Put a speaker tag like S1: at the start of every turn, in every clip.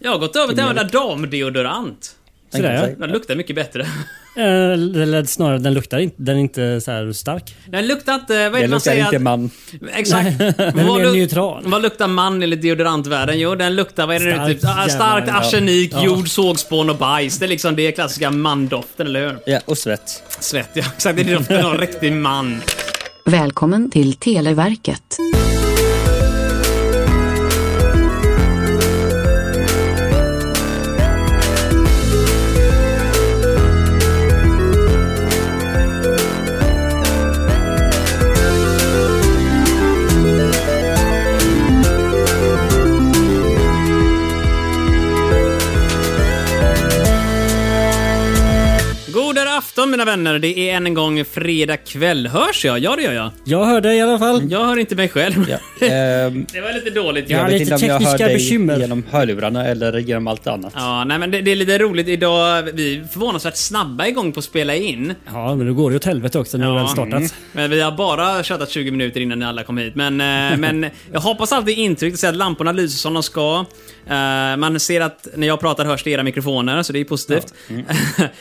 S1: Jag har gått över till att använda damdeodorant.
S2: Sådär
S1: Den luktar mycket bättre.
S2: ja. Eh, Eller snarare, den luktar inte, den är inte så här stark.
S1: Den luktar inte... Vad är det
S3: Det
S1: man
S3: luktar
S1: säger?
S3: inte
S1: att-
S3: man.
S1: Exakt.
S2: Den är
S1: Vad
S2: mer
S1: luk-
S2: neutral.
S1: Vad luktar man enligt deodorantvärlden? Jo, den luktar... Vad är det nu?
S2: Starkt
S1: Typ, ah,
S2: jävlar,
S1: starkt
S2: ja.
S1: arsenik,
S2: Ja.
S1: jord, sågspån och bajs. Det är liksom det klassiska mandoften, eller hur?
S3: Ja, och svett.
S1: Svett, ja. Exakt. Det är doften av en riktig man.
S4: Välkommen till Televerket.
S1: God där afton mina vänner. Det är än en gång fredag kväll. Hörs jag? Ja, det gör jag.
S2: Jag hörde i alla fall.
S1: Jag hör inte mig själv.
S3: Ja. Ehm,
S1: Det var lite dåligt
S2: Ja,
S3: jag
S1: gjort.
S3: vet
S2: lite
S3: inte om jag hör
S2: tekniska
S3: dig
S2: bekymmer.
S3: genom hörlurarna eller genom allt annat.
S1: Ja, nej men det, det är lite roligt idag. Vi är förvånansvärt snabba igång på att spela in.
S2: Ja, men nu går det åt helvete också när det väl
S1: Mm.
S2: startats.
S1: Men vi har bara tjatat 20 minuter innan ni alla kom hit. Men, eh, men jag hoppas allt är intryckt, så att lamporna lyser som de ska. Eh, man ser att när jag pratar hörs det i era mikrofoner, så det är positivt.
S2: Ja, Mm.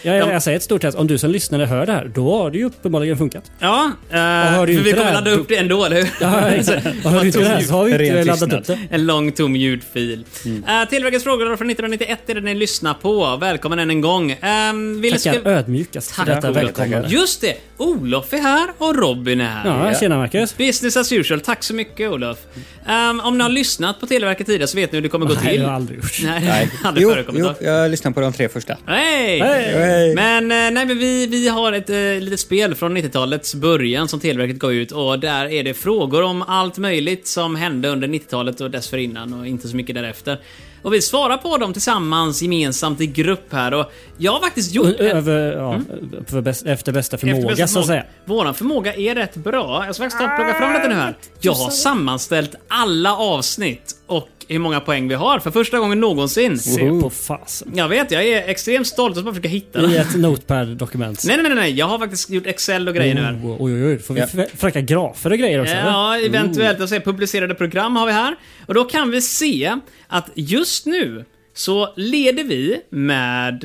S2: jag, jag säger ett stort tack. Om du som lyssnare hör det här, då har det ju uppenbarligen funkat.
S1: Ja, eh,
S2: hör du
S1: för vi
S2: inte
S1: kommer
S2: det här?
S1: ladda upp det ändå, eller hur?
S2: Ja, exakt. Och hör du inte det här så har vi inte
S3: Ren
S2: laddat
S3: tystnad.
S2: upp det.
S1: En lång tom ljudfil. Mm. Tillverkets frågor från 1991 är det ni lyssnar på. Välkommen än en gång. Um, vill
S2: Tackar ödmjukast för detta
S1: Olof.
S2: välkomnande.
S1: Just det! Olof är här och Robin är här.
S2: Ja, tjena Marcus.
S1: Business as usual. Tack så mycket Olof. Ehm, om ni har lyssnat på Televerket tidigare så vet ni hur det kommer gå
S2: Nej,
S1: till.
S2: det har jag aldrig gjort.
S1: Nej, det
S3: Nej.
S1: har aldrig
S3: Jo,
S1: förekommit.
S3: jo, jag lyssnar på de tre första.
S1: Hej!
S3: Hej.
S1: Men, eh, nej, men vi, vi har ett eh, litet spel från 90-talets början som Televerket gav ut och där är det frågor om allt möjligt som hände under 90-talet och dessförinnan och inte så mycket därefter. Och vi svarar på dem tillsammans, gemensamt i grupp här och jag har faktiskt gjort... en-
S2: Över, ja, för bäst, efter bästa förmåga
S1: efter bästa
S2: så att
S1: förmåga.
S2: säga.
S1: Våran förmåga är rätt bra. Jag ska faktiskt ta och plocka fram detta nu
S2: Ah,
S1: här. Jag har sammanställt alla avsnitt och hur många poäng vi har för första gången någonsin.
S2: Se på fasen.
S1: Jag vet, jag är extremt stolt. Jag ska bara försöka hitta det.
S2: I
S1: Nej,
S2: ett notepad-dokument.
S1: nej, nej, nej. Jag har faktiskt gjort Excel och grejer nu här.
S2: Oh, oj, oj, oj. Får vi
S3: Ja.
S2: ja. fräcka grafer och grejer också? eller?
S1: Ja,
S2: Mm.
S1: eventuellt. Jag säger publicerade program har vi här. Och då kan vi se att just nu så leder vi med...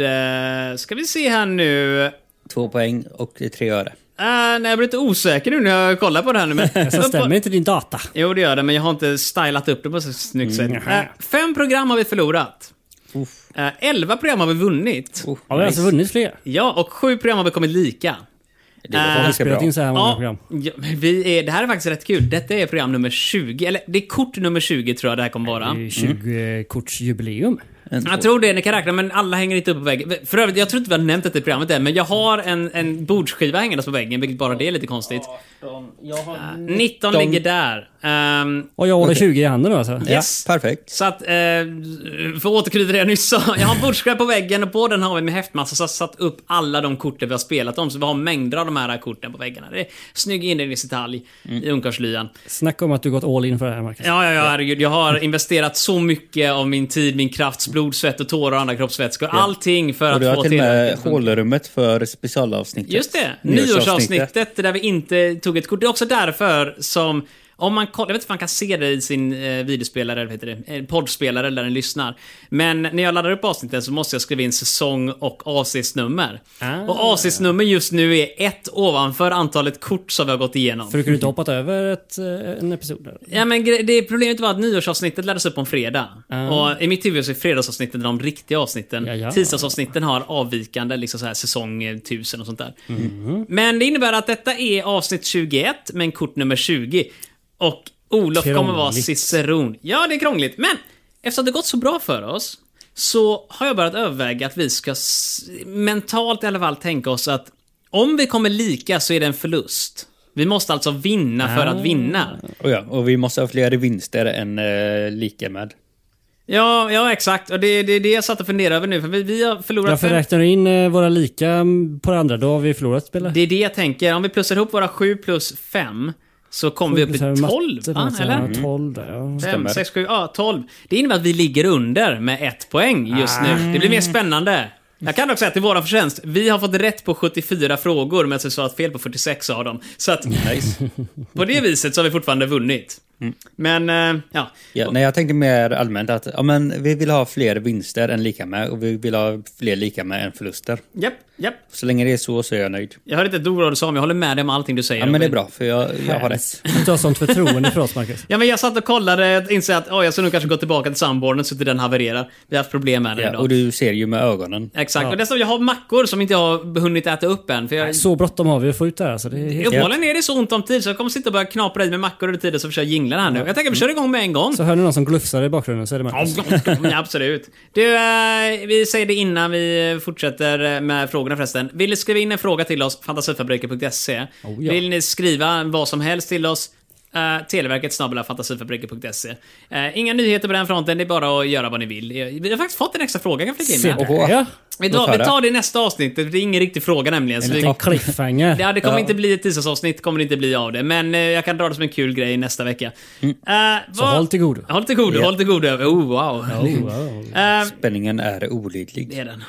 S1: eh, Ska vi se här nu.
S3: Två poäng och tre öre.
S1: Uh, nej, jag blir lite osäker nu när jag kollar på det här nu. Men
S2: Så stämmer inte din data?
S1: Jo, det gör det, men jag har inte stylat upp det på så snyggt
S2: Mm,
S1: sätt. Eh, fem program har vi förlorat.
S3: Uff.
S1: Eh, elva program har vi vunnit.
S3: Uff,
S2: Har vi alltså vunnit fler?
S1: Ja, och sju program har vi kommit lika.
S3: Det var
S1: Äh,
S3: ganska
S2: Spelat
S3: bra.
S2: in så här många
S1: Ja,
S2: program.
S1: ja, men vi är, det här är faktiskt rätt kul. Detta är program nummer 20, eller det är kort nummer 20 tror jag det här kommer vara.
S2: Det är 20-kortsjubileum.
S1: Jag tror det, ni kan räkna, men alla hänger inte upp på väggen. För övrigt, jag tror inte vi har nämnt detta i programmet än, men jag har en, en bordsskiva hängandes på väggen, vilket bara det är lite konstigt. Eh, 19 ligger där. Ehm,
S2: Och jag håller 20 i handen då alltså?
S1: Yes.
S3: Ja, perfekt.
S1: Så att, eh, för att återknyta till det jag nyss sa. Jag har en bordsskräp på väggen och på den har vi med häftmassa så jag har satt upp alla de korten vi har spelat om. Så vi har mängder av de här korten på väggarna. Det är snygg inredningsdetalj
S3: Mm.
S1: i ungkarlslyan.
S2: Snacka om att du gått all in för det här Marcus.
S1: Ja, ja, ja, herregud. Jag har investerat så mycket av min tid, min krafts blod, svett och tårar och andra kroppsvätskor. Allting för
S3: Och
S1: att
S3: du
S1: få
S3: har till och med
S1: Televerket att funka.
S3: hålrummet för specialavsnittet.
S1: Just det. Nyårsavsnittet där vi inte tog ett kort. Det är också därför som om man kollar, jag vet inte om man kan se det i sin eh, videospelare, eller vad heter det, eh, poddspelare eller där den lyssnar. Men när jag laddar upp avsnitten så måste jag skriva in säsong och avsnittsnummer.
S2: Ah.
S1: Och avsnittsnummer just nu är ett ovanför antalet kort som vi har gått igenom.
S2: För du kunde inte hoppat över ett, eh, en episod där.
S1: Ja, men gre- det problemet var att nyårsavsnittet laddades upp på en fredag.
S2: Ah.
S1: Och i mitt huvud så är fredagsavsnitten de riktiga avsnitten.
S2: Ja, ja.
S1: Tisdagsavsnitten har avvikande, liksom så här säsong eh, 1000 och sånt där.
S2: Mm.
S1: Men det innebär att detta är avsnitt 21, men kort nummer 20. Och Olof kommer vara
S2: Krångligt.
S1: ciceron. Ja, det är krångligt. Men eftersom det gått så bra för oss så har jag börjat överväga att vi ska s- mentalt i alla fall tänka oss att om vi kommer lika så är det en förlust. Vi måste alltså vinna för att vinna.
S3: Och, ja, och vi måste ha fler vinster än eh, lika med.
S1: Ja, ja exakt. Och det är det, är det jag satt och funderade över nu. För vi, vi har förlorat...
S2: Ja, för
S1: fem-
S2: räknar du in eh, våra lika mm, på det andra, då har vi förlorat spelet.
S1: det är det jag tänker. Om vi plussar ihop våra 7 plus 5 så kommer vi upp i 12, va? Eller?
S2: 12 där, ja.
S1: 5, 6, 7, ja 12. Det innebär att vi ligger under med ett poäng just nu. Det blir mer spännande. Jag kan också säga till våra förtjänst, vi har fått rätt på 74 frågor men så svarat fel på 46 av dem. Så att, på det viset så har vi fortfarande vunnit.
S3: Mm.
S1: Men, eh, ja.
S3: Ja, nej, jag tänker mer allmänt att ja, men vi vill ha fler vinster än lika med och vi vill ha fler lika med än förluster.
S1: Japp, japp.
S3: Så länge det är så så är jag nöjd.
S1: Jag hör inte ett ord av vad du sa, men jag håller med dig om allting du säger.
S3: Ja, men det är
S1: Robin.
S3: bra för jag, jag har rätt.
S2: Att Du har sånt förtroende för oss, Marcus.
S1: Ja, men jag satt och kollade och insåg att oh, jag ska nog kanske gå tillbaka till samborden så att den havererar. Vi har haft problem med den
S3: Ja,
S1: idag.
S3: och du ser ju med ögonen.
S1: Exakt. Och dessutom, jag har mackor som inte jag har hunnit äta upp än. För jag,
S2: Så bråttom har vi att få ut det här. Så det är helt...
S1: Uppenbarligen är det så ont om tid så jag kommer sitta och börja knapra i mig mackor under tiden som vi kör jinglarna här nu. Jag tänker vi
S3: Mm.
S1: kör igång med en gång.
S2: Så hör ni någon som glufsar i bakgrunden så är det Marcus.
S1: Ja, Absolut. Du, eh, vi säger det innan vi fortsätter med frågorna förresten. Vill ni skriva in en fråga till oss, fantasifabriker.se.
S2: Oh, ja.
S1: Vill ni skriva vad som helst till oss, eh, televerket snabel-a fantasifabriker.se. Eh, inga nyheter på den fronten, det är bara att göra vad ni vill. Eh, Vi har faktiskt fått en extra fråga jag kan flika
S2: Se
S1: in med.
S2: där,
S3: Åhå.
S2: ja.
S1: Vi tar,
S3: Låt
S1: vi
S3: höra.
S1: tar det i nästa avsnitt, det är ingen riktig fråga nämligen. Så
S2: En
S1: vi,
S2: liten cliffhanger.
S1: Ja, det kommer inte bli ett tisdagsavsnitt, kommer det inte bli av det. Men eh, jag kan dra det som en kul grej nästa vecka. Eh,
S2: Mm. Så håll till godo.
S1: Håll till godo, håll till godo. Oh, wow.
S2: Oh, wow.
S1: Eh,
S3: Spänningen är olidlig.
S1: det är den.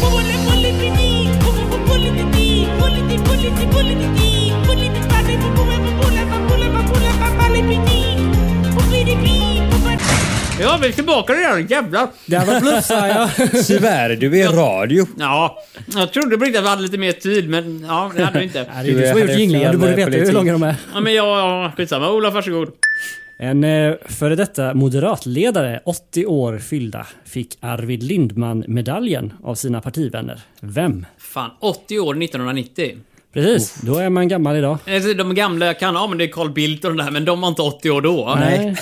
S5: Bully, bully, bully, bully, bully, bully, bully, bully, bully, bully, bully, bully,
S1: Ja, vi är tillbaka redan, jävlar.
S2: Det här var bluff, sa jag.
S3: Svär du i radio?
S1: Ja, jag trodde på riktigt att vi hade lite mer tid, men ja, det hade vi inte.
S2: Nej, det är du som har
S3: hade
S2: gjort jinglarna.
S3: fel
S2: Du borde veta hur
S3: politik.
S2: långa de är.
S1: Ja, men ja, ja, skitsamma. Olof, varsågod.
S2: En eh, före detta moderatledare, 80 år fyllda, fick Arvid Lindman-medaljen av sina partivänner. Vem?
S1: Fan, 80 år 1990.
S2: Precis, då är man gammal idag.
S1: Alltså, De gamla jag kan, ja men det är Carl Bildt och de där, men de var inte 80 år då.
S2: Nej.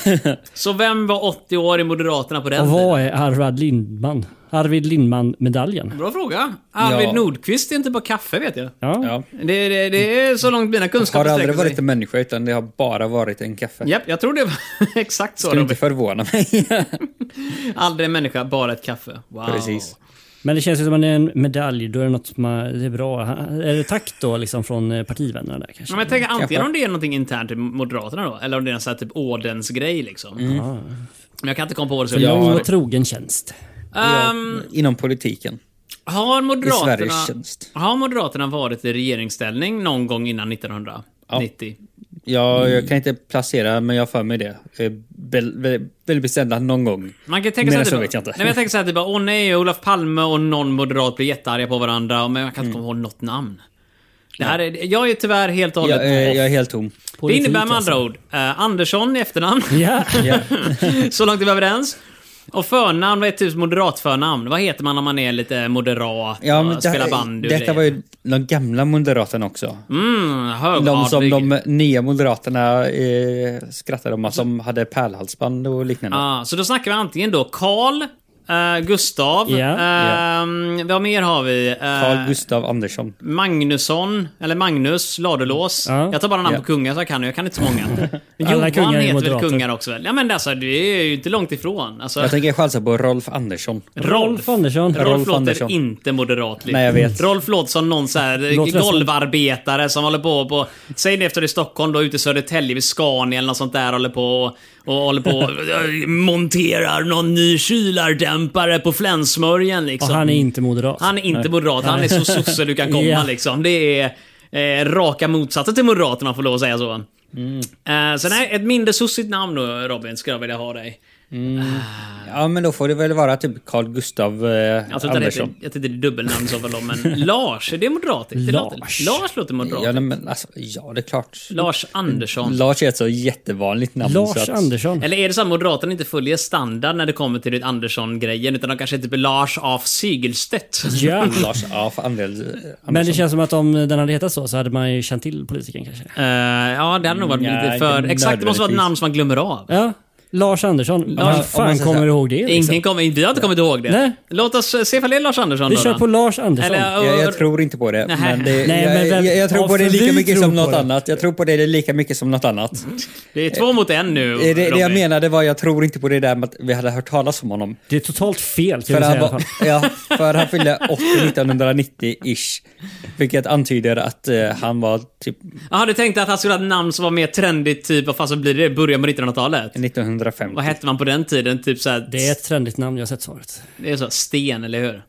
S1: Så vem var 80 år i Moderaterna på den
S2: Och
S1: tiden?
S2: vad är Arvid Lindman? Arvid Lindman-medaljen.
S1: Bra fråga. Arvid
S3: Ja.
S1: Nordqvist är inte bara kaffe vet jag.
S2: Ja.
S3: Ja.
S1: Det, det, det är så långt mina
S3: Har
S1: kunskaper
S3: aldrig
S1: sträcker
S3: varit
S1: sig.
S3: en människa utan det har bara varit en kaffe.
S1: Japp, jag tror det var exakt så
S3: Skulle inte
S1: Robin.
S3: förvåna mig.
S1: Aldrig en människa, bara ett kaffe. Wow.
S3: Precis.
S2: Men det känns ju som att det är en medalj, då är det något man, det är bra. Är det tack då liksom från eh, partivännerna där kanske?
S1: Ja, Men jag tänker antingen
S3: Kaffe.
S1: om det är någonting internt i Moderaterna då, eller om det är en sån här typ ordensgrej liksom.
S3: Mm.
S1: Men jag kan inte komma på vad det så
S2: Lång
S1: ja.
S2: och trogen tjänst.
S3: Inom politiken.
S1: Har
S3: I Sveriges
S1: Moderaterna,
S3: tjänst.
S1: har Moderaterna varit i regeringsställning någon gång innan 1990?
S3: Ja, jag kan inte placera, men jag har för mig det. Eh, väl- väl- Väldigt bestämt att någon gång.
S1: Man kan tänka
S3: Mer
S1: sig
S3: än
S1: att
S3: så
S1: det-
S3: vet jag inte.
S1: Nej, men jag tänker så här, typ, åh nej, Olof Palme och någon moderat blir jättearga på varandra, men
S3: Mm.
S1: jag kan inte komma ihåg något namn. Det här är, jag är tyvärr helt och hållet
S3: Jag, eh,
S1: off.
S3: jag är helt tom.
S1: Det
S2: Politik,
S1: innebär med
S2: alltså.
S1: andra ord eh, Andersson i efternamn,
S2: Ja,
S3: Ja.
S1: så långt är vi överens. Och förnamn, vad är typ moderat förnamn? Vad heter man om man är lite moderat
S3: Ja,
S1: och
S3: men det,
S1: spelar bandy och
S3: detta
S1: grejer?
S3: var ju de gamla moderaterna också.
S1: Mm,
S3: De som
S1: högadlig.
S3: de nya moderaterna eh, skrattade om, att som hade pärlhalsband och liknande.
S1: Ah, så då snackar vi antingen då Karl, eh, Gustav,
S2: Ja.
S1: ehm, vad mer har vi? Eh,
S3: Carl Gustav Andersson.
S1: Magnusson, eller Magnus Ladulås.
S2: Ja.
S1: Jag tar bara namn
S3: Ja.
S1: på kungar så jag kan jag kan inte så många.
S2: Alla
S1: Johan
S2: kungar är
S1: heter väl
S2: moderater.
S1: kungar också väl? Ja men alltså, det är ju inte långt ifrån. Alltså,
S3: Jag tänker chansa på Rolf Andersson.
S2: Rolf Andersson.
S1: Rolf,
S3: Rolf
S1: låter
S3: Andersson.
S1: inte moderat. liksom.
S3: Nej, jag vet.
S1: Rolf låter som någon så här eh,
S2: Låter som-
S1: golvarbetare som håller på på... Säg det efter det i Stockholm då, ute i Södertälje vid Scania eller något sånt där håller på och, och håller på och eh, monterar någon ny kylardämpare på flänsmörjan
S2: Och
S1: liksom.
S2: han är inte moderat.
S1: Han är inte moderat, han är så sosse du kan komma
S2: Ja.
S1: liksom. Det är eh, raka motsatsen till moderat om man får lov att säga så.
S2: Mm.
S1: Eh, så nej, ett mindre sossigt namn då Robin, skulle jag vilja ha dig.
S3: Ja, men då får det väl vara typ Carl Gustav eh,
S1: Jag tror inte Alltså, det,
S3: Andersson.
S1: jag tror inte det är dubbelnamn som fall men Lars, är det moderat? Det låter-
S2: Lars.
S1: Lars låter moderat.
S3: Ja, nej, men alltså, ja, det är klart.
S1: Lars Andersson.
S3: Lars är ett så jättevanligt namn. så
S2: Lars
S3: att,
S2: Andersson.
S1: Eller är det så att Moderaterna inte följer standard när det kommer till det Andersson-grejen, utan de kanske typ är Lars af Sigelstedt?
S2: Ja.
S3: Lars A. Andersson.
S2: Men det känns som att om den hade hetat så, så hade man ju känt till politikern kanske.
S1: Eh, ja, det hade nog varit
S3: Nej,
S1: lite för...
S3: inte
S1: Exakt, det måste vara ett
S3: nödvändigtvis.
S1: namn som man glömmer av.
S2: Ja, Lars Andersson.
S3: man-
S2: Vem
S3: om
S2: fan
S3: man säger
S2: kommer
S3: så här,
S2: ihåg det? Liksom?
S1: Ingen kommer, vi har inte kommit ihåg det.
S2: Nej.
S1: Låt oss eh, se ifall det är Lars Andersson
S2: Vi
S1: då,
S2: kör
S1: då.
S2: på Lars Andersson.
S1: Eller,
S3: Jag, jag tror inte på det.
S1: Nej.
S3: Men det
S2: Nej, men vem-
S3: jag, jag, jag tror
S2: ja,
S3: på det
S2: för
S3: lika
S2: vi
S3: mycket
S2: tror
S3: som
S2: på
S3: något
S2: det.
S3: annat. Jag tror på det lika mycket som något annat.
S1: Det är två mot en nu.
S3: Det, det jag
S1: Mm. Robin.
S3: menade var jag tror inte på det där med att vi hade hört talas om honom.
S2: Det är totalt fel kan
S3: För
S2: vi säga
S3: han,
S2: i alla
S3: var,
S2: fall.
S3: ja, för han fyllde 80 1990-ish. Vilket antyder att eh, han var typ
S1: Jaha, du tänkte att han skulle ha ett namn som var mer trendigt, typ, vad fan så blir det? Början på 1900-talet?
S3: 1950.
S1: Vad hette man på den tiden? Typ såhär...
S2: Det är ett trendigt namn, jag har sett svaret.
S1: Det är så, Sten, eller hur?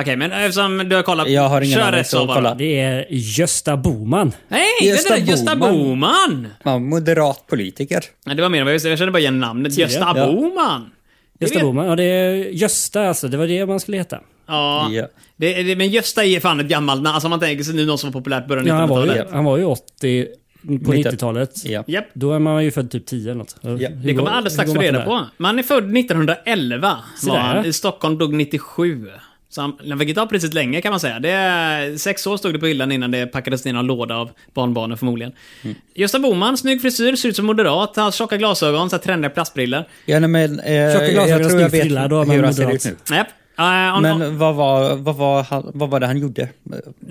S1: Okej, men eftersom du har kollat...
S3: Jag har ingen
S1: Kör
S3: aning,
S1: rätt
S3: så
S1: så bara.
S3: kolla.
S2: Det är Gösta Boman.
S1: Nej,
S3: Gösta
S1: Gösta, Gösta
S3: Bohman.
S1: Bohman!
S3: Ja, moderat politiker.
S1: Nej, det var mer än vad jag visste. Jag kände bara igen namnet. Gösta
S3: Ja.
S1: Bohman! Det
S2: Gösta
S1: vet-
S2: Boman, ja det är Gösta alltså, det var det man skulle heta.
S1: Ja.
S3: Ja.
S1: Det, det, men Gösta är fan ett gammalt namn. Alltså man tänker sig nu någon som var populär på början
S2: Ja,
S1: av
S2: han, var ju,
S1: 1900-talet.
S2: han var ju 80 på 90-talet.
S3: Ja.
S1: Japp.
S2: Då är man ju född typ 10 eller något.
S1: Det kommer alldeles strax få reda på. Man är född 1911. Var
S2: där.
S1: han. I Stockholm dog 97. Så han, han fick ta priset länge kan man säga. Det, är- sex år stod det på hyllan innan det packades ner i någon låda av barnbarnen förmodligen.
S3: Mm.
S1: Gösta Bohman, snygg frisyr, ser ut som moderat. Han har tjocka glasögon, så här trendiga plastbrillor.
S3: Ja, nej, men, eh, jag
S2: glasögon och
S3: tror jag
S2: snygg
S3: vet
S2: frilla, då är man
S3: hur han ser ut
S2: moderat.
S3: nu.
S1: Japp. Eh, om- om-
S3: Men vad var, vad, var han, vad var det han gjorde?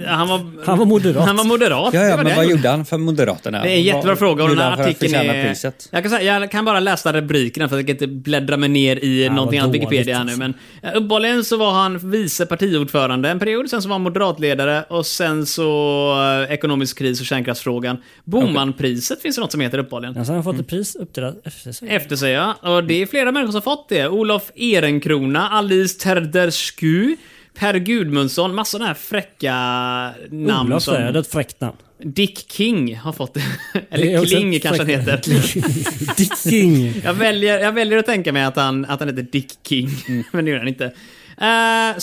S1: han, var,
S2: Han var moderat.
S1: Han var moderat.
S3: Ja,
S1: Det
S3: ja
S1: var det
S3: men
S1: han
S3: vad
S1: gjorde.
S3: gjorde han för Moderaterna?
S1: Det är en jättebra
S3: Vad
S1: fråga och den
S3: gjorde
S1: här
S3: han för att
S1: artikeln
S3: förtjäna
S1: är...
S3: Priset?
S1: Jag kan, säga, jag kan bara läsa de rubrikerna för att jag kan inte bläddra mig ner i
S2: vad
S1: någonting annat
S2: dåligt,
S1: Wikipedia här nu.
S2: alltså.
S1: Men eh, uppenbarligen så var han vice partiordförande en period, sen så var han moderatledare och sen så eh, ekonomisk kris och kärnkraftsfrågan. Bomanpriset finns det något som heter uppenbarligen.
S2: Alltså, han har fått ett pris uppdelat efter sig.
S1: Efter sig ja. Och det är flera människor som fått det. Olof Ehrenkrona, Alice Terdersku, Per Gudmundsson, massor av de här fräcka namn
S2: Olof
S1: som...
S2: är det ett fräckt namn.
S1: Dick King har fått det.
S2: Det är
S1: Eller
S2: också ett
S1: Kling kanske han
S2: fräckt
S1: heter.
S2: namn. Dick King.
S1: Jag väljer, jag väljer att tänka mig att han, att han heter Dick King,
S2: Mm.
S1: men det gör han inte. Uh,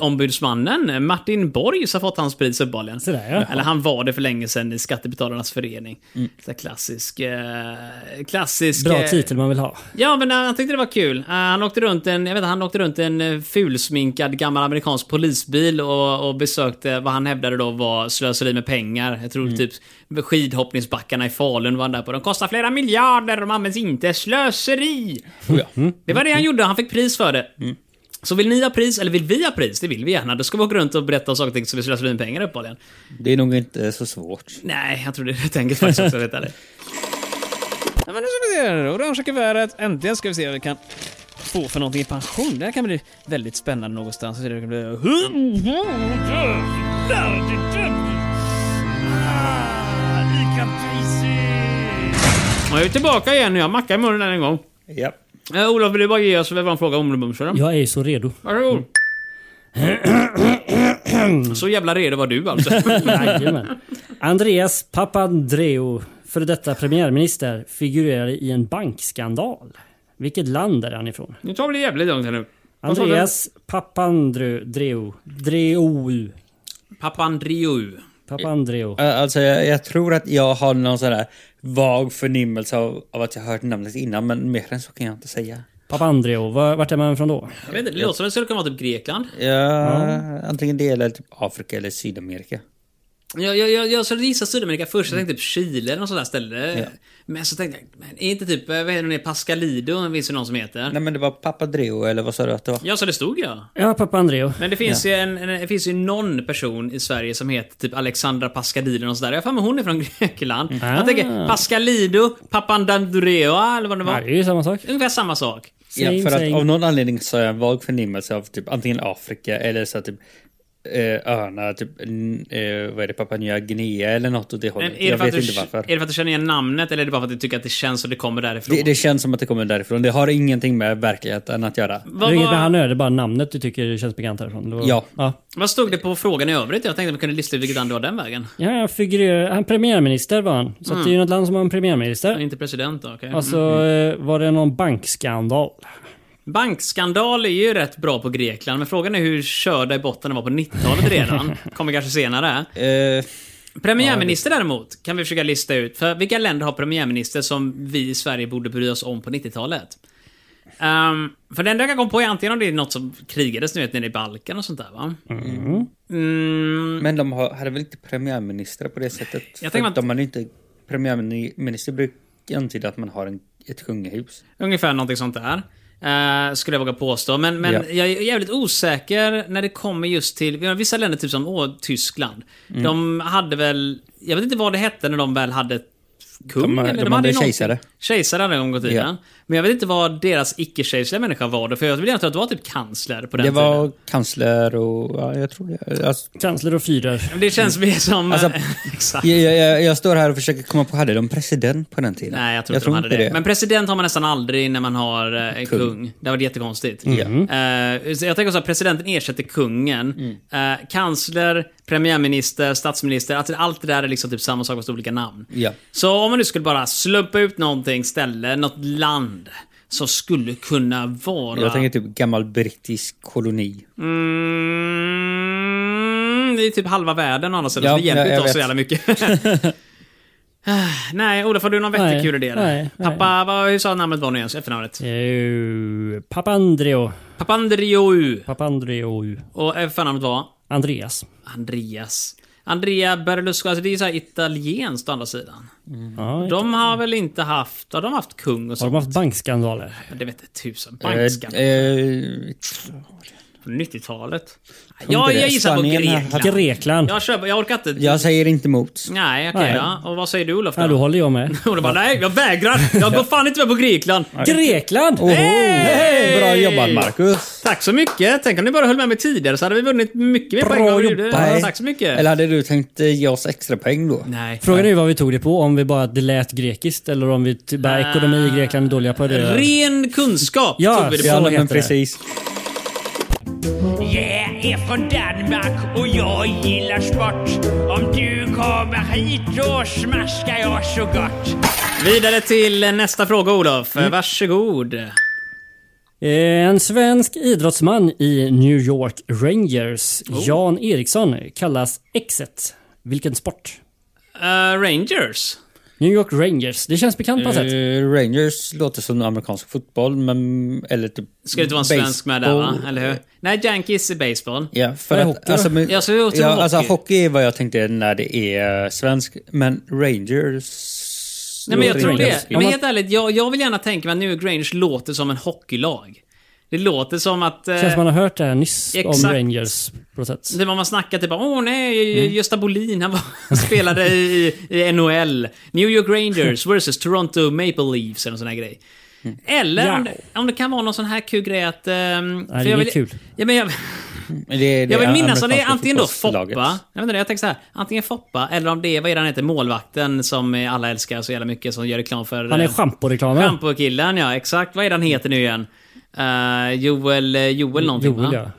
S1: slöseriombudsmannen Martin Borgs har fått hans pris uppenbarligen.
S2: Så där, ja. Mm.
S1: Eller han var det för länge sedan i Skattebetalarnas förening. Så här klassisk... eh, klassisk...
S2: Bra
S1: eh,
S2: titel man vill ha.
S1: Ja, men eh, han tyckte det var kul. Eh, han, åkte runt en, jag vet, inte, han åkte runt en eh, fulsminkad gammal amerikansk polisbil och, och besökte vad han hävdade då var slöseri med pengar. Jag tror typ skidhoppningsbackarna i Falun var han där på. De kostar flera miljarder, de används inte. Slöseri! Det var det han gjorde, han fick pris för det. Så vill ni ha pris, eller vill vi ha pris? Det vill vi gärna. Då ska vi åka runt och berätta om saker och ting så vi slösar med pengar uppenbarligen.
S3: Det är nog inte så svårt.
S1: Nej, jag tror det är rätt enkelt faktiskt också, vet det.
S6: Ja, men nu ska vi se här. Orange kuvertet. Äntligen ska vi se vad vi kan få för någonting i pension. Det här kan bli väldigt spännande någonstans. Det kan bli...
S1: Jag är tillbaka igen nu, jag har macka i munnen än en gång.
S3: Ja.
S1: Eh, Olof, vill du bara ge oss vår fråga om Mumsarna?
S2: Jag är ju så redo.
S1: Varsågod. Så jävla redo var du alltså.
S2: Jajamän. Andreas Papandreou, före detta premiärminister, figurerar i en bankskandal. Vilket land är han ifrån?
S1: Nu tar vi det jävligt lugnt här nu. Vad sa du?
S2: Andreas Papandreou. Dreou.
S1: Papandreou.
S2: Papandreou.
S3: Eh, Alltså, jag, jag tror att jag har någon sån här vag förnimmelse av, av att jag hört namnet innan, men mer än så kan jag inte säga.
S2: Papandreou. Var- Vart är man från då?
S1: Jag vet inte, det låter som det skulle kunna vara typ Grekland.
S3: Ja, Antingen det eller typ Afrika eller Sydamerika.
S1: Jag, jag, jag, jag skulle gissa Sydamerika först, jag tänkte typ Chile eller något sånt där ställe.
S3: Ja.
S1: Men så tänkte jag, men är inte typ, eh, vad heter den, Pascalido, finns det någon som heter?
S3: Nej, men det var Papadreo, eller vad sa du att det var?
S1: Ja, så det stod ja.
S2: Ja, Papandreou.
S1: Men det finns, ju en, en, det finns ju någon person i Sverige som heter typ Alexandra Pascalido och sådär. Jag har för mig hon är från Grekland. Jag tänker Pascalido, Papandandourea eller vad det
S2: Ja,
S1: var.
S2: det är ju samma sak.
S1: Ungefär samma sak.
S2: Same,
S3: ja, för
S2: same.
S3: att av någon anledning så har jag en vag förnimmelse av typ antingen Afrika eller så här typ eh, öarna, typ n- eh, vad är det, Papua Nya Guinea eller något åt det
S1: Men
S3: hållet.
S1: är det
S3: Jag
S1: för att
S3: vet
S1: du,
S3: inte varför.
S1: Är det för att du känner igen namnet eller är det bara för att du tycker att det känns och det kommer därifrån?
S3: Det, det känns som att det kommer därifrån. Det har ingenting med verkligheten att göra.
S2: Det
S1: vad,
S2: är inget med han
S1: vad,
S2: nu, det är bara namnet du tycker känns bekant härifrån. Det var-
S3: Ja.
S2: ja.
S1: vad stod det på frågan i övrigt? Jag tänkte att vi kunde lista ut vilket land det var den vägen.
S2: Ja, han figurerar... Han premiärminister var han. Så att det är ju något land som har en premiärminister.
S1: Inte president då, okej.
S2: Och så eh, var det någon bankskandal.
S1: Bankskandal är ju rätt bra på Grekland, men frågan är hur körda i botten de var på 90-talet redan. Kommer kanske senare.
S3: Eh,
S1: Premiärminister däremot kan vi försöka lista ut. För vilka länder har premiärminister som vi i Sverige borde bry oss om på 90-talet? Ehm, för den enda jag kom på är antingen om det är något som krigades nu vet, nere i Balkan och sånt där va? Mm.
S3: men de har, hade väl inte premiärministrar på det sättet? För
S1: tänker att-
S3: De hade inte... Premiärminister brukar antyda att man har en, ett kungahus.
S1: Ungefär någonting sånt där. eh, skulle jag våga påstå. Men, men
S3: Ja.
S1: jag är jävligt osäker när det kommer just till vi har vissa länder, typ som åh, Tyskland.
S3: Mm.
S1: De hade väl... Jag vet inte vad det hette när de väl hade kung.
S3: De,
S1: eller
S3: de, de hade
S1: ju någonting.
S3: kejsare.
S1: Kejsare hade en gång gått i
S3: Ja.
S1: tiden. Men jag vet inte vad deras icke-kejserliga människa var då, för jag vill gärna tro att det var typ kansler på den
S3: Det
S1: tiden.
S3: var kansler och... Ja, jag tror det. Alltså,
S2: Kansler och fyrer.
S1: Men Det känns mer som...
S3: Alltså-
S1: exakt.
S3: jag, jag- jag, jag står här och försöker komma på, hade de president på den tiden?
S1: Nej, jag tror inte de hade det. Men president har man nästan aldrig när man har eh, en kung.
S3: Kung.
S1: Det var jättekonstigt.
S3: Mm.
S1: Eh, så jag tänker så att presidenten ersätter kungen. Eh, kansler, premiärminister, statsminister. Alltså allt det där är liksom typ samma sak fast olika namn.
S3: Ja.
S1: Så om man nu skulle bara slumpa ut någonting, ställe, något land som skulle kunna vara...
S3: Jag tänker typ gammal brittisk koloni.
S1: Mm, det är typ halva världen å andra sidan,
S3: Ja,
S1: så det hjälper inte
S3: jag- jag
S1: oss så
S3: vet.
S1: jävla mycket. nej, Olof, har du någon vettig
S2: Nej,
S1: kul idé? eller?
S2: nej, nej.
S1: Pappa, vad, hur sa namnet var nu igen? så Efternamnet?
S2: Eh, Papandreo.
S1: Papandreou.
S2: Papandreo.
S1: Och efternamnet var?
S2: Andreas.
S1: Andreas. Andrea Berlusconi, alltså det är ju så här italienskt å andra sidan.
S2: Ja,
S1: De har väl inte haft, har de haft kung och
S2: har de
S1: sånt?
S2: haft bankskandaler?
S1: Det vet jag tusan.
S3: Eh,
S1: Bankskatt.
S3: eh,
S1: På 90-talet. Jag, jag gissar på
S3: Spanien har haft-
S1: Grekland.
S2: Grekland.
S1: Jag, kör, jag orkar inte.
S3: jag säger inte emot.
S1: Nej, okej
S2: Nej.
S1: ja. Och vad säger du Olof då?
S2: Ja, då håller jag med.
S1: Och du bara nej, jag vägrar. Jag går fan inte med på Grekland.
S2: Grekland! Eh!
S3: Oho,
S1: Hey!
S3: Bra jobbat Marcus!
S1: Tack så mycket. Tänk om ni bara höll med mig tidigare så hade vi vunnit mycket mer
S3: Bra
S1: poäng än vad vi gjorde.
S3: jobbat.
S1: Tack så mycket.
S3: Eller hade du tänkt eh, ge oss extra poäng då?
S1: Nej.
S2: Frågan är ju vad vi tog det på. Om vi bara att det lät grekiskt eller om vi ty- bara ekonomi i Grekland är dåliga på det.
S1: Ren kunskap
S2: Ja,
S1: tog vi det
S2: så
S1: på.
S3: Ja,
S2: heter
S3: men
S2: det.
S3: precis.
S5: Jag är från Danmark och jag gillar sport. Om du kommer hit då smaskar jag så gott.
S1: Vidare till nästa fråga Olof. Varsågod.
S2: En svensk idrottsman i New York Rangers,
S1: Oh.
S2: Jan Eriksson, kallas Exet. Vilken sport?
S1: Eh, Rangers.
S2: New York Rangers. Det känns bekant på något sätt.
S3: Eh, Rangers låter som amerikansk fotboll, men... Eller typ...
S1: Ska det inte vara en svensk med där va?
S3: baseball.
S1: Eller hur? Nej, Yankees är baseball.
S3: Ja, för
S2: Nej,
S3: att,
S2: hockey då?
S3: alltså, men,
S1: Ja, så jag tror
S3: ja,
S1: hockey.
S3: alltså hockey är vad jag tänkte när det är eh, svensk, men Rangers...
S1: Nej men jag
S3: låter
S1: tror
S3: inte
S1: det.
S3: ens-
S1: Men
S2: Om man-
S1: helt ärligt, jag, jag vill gärna tänka mig att New York Rangers låter som en hockeylag. Det låter som att... eh,
S2: Känns som man har hört det här nyss
S1: exakt.
S2: om Rangers på något sätt.
S1: Det var man snackade typ åh nej,
S2: Mm.
S1: Gösta Bolin han var, spelade i, i NHL. New York Rangers versus Toronto Maple Leafs eller nån sån här grej. Eller om,
S2: Mm. Ja.
S1: det, om det kan vara någon sån här kul grej att... Um,
S2: det är
S1: jag
S2: inget
S1: vill,
S2: kul.
S1: Ja, men jag,
S3: Det är det
S1: jag vill minnas om det är
S3: amerikanska
S1: antingen då
S3: fotbollslaget.
S1: Foppa, jag, vet inte, jag tänker så här, antingen Foppa eller om det är, vad är det han heter, målvakten som eh, alla älskar så jävla mycket, som gör reklam för...
S2: Han är
S1: eh,
S2: schamporeklamen.
S1: Shampoo-killen ja, exakt. Vad är det han heter nu igen? Eh, Joel, eh, Joel någonting
S2: Joel,
S1: va?
S2: ja.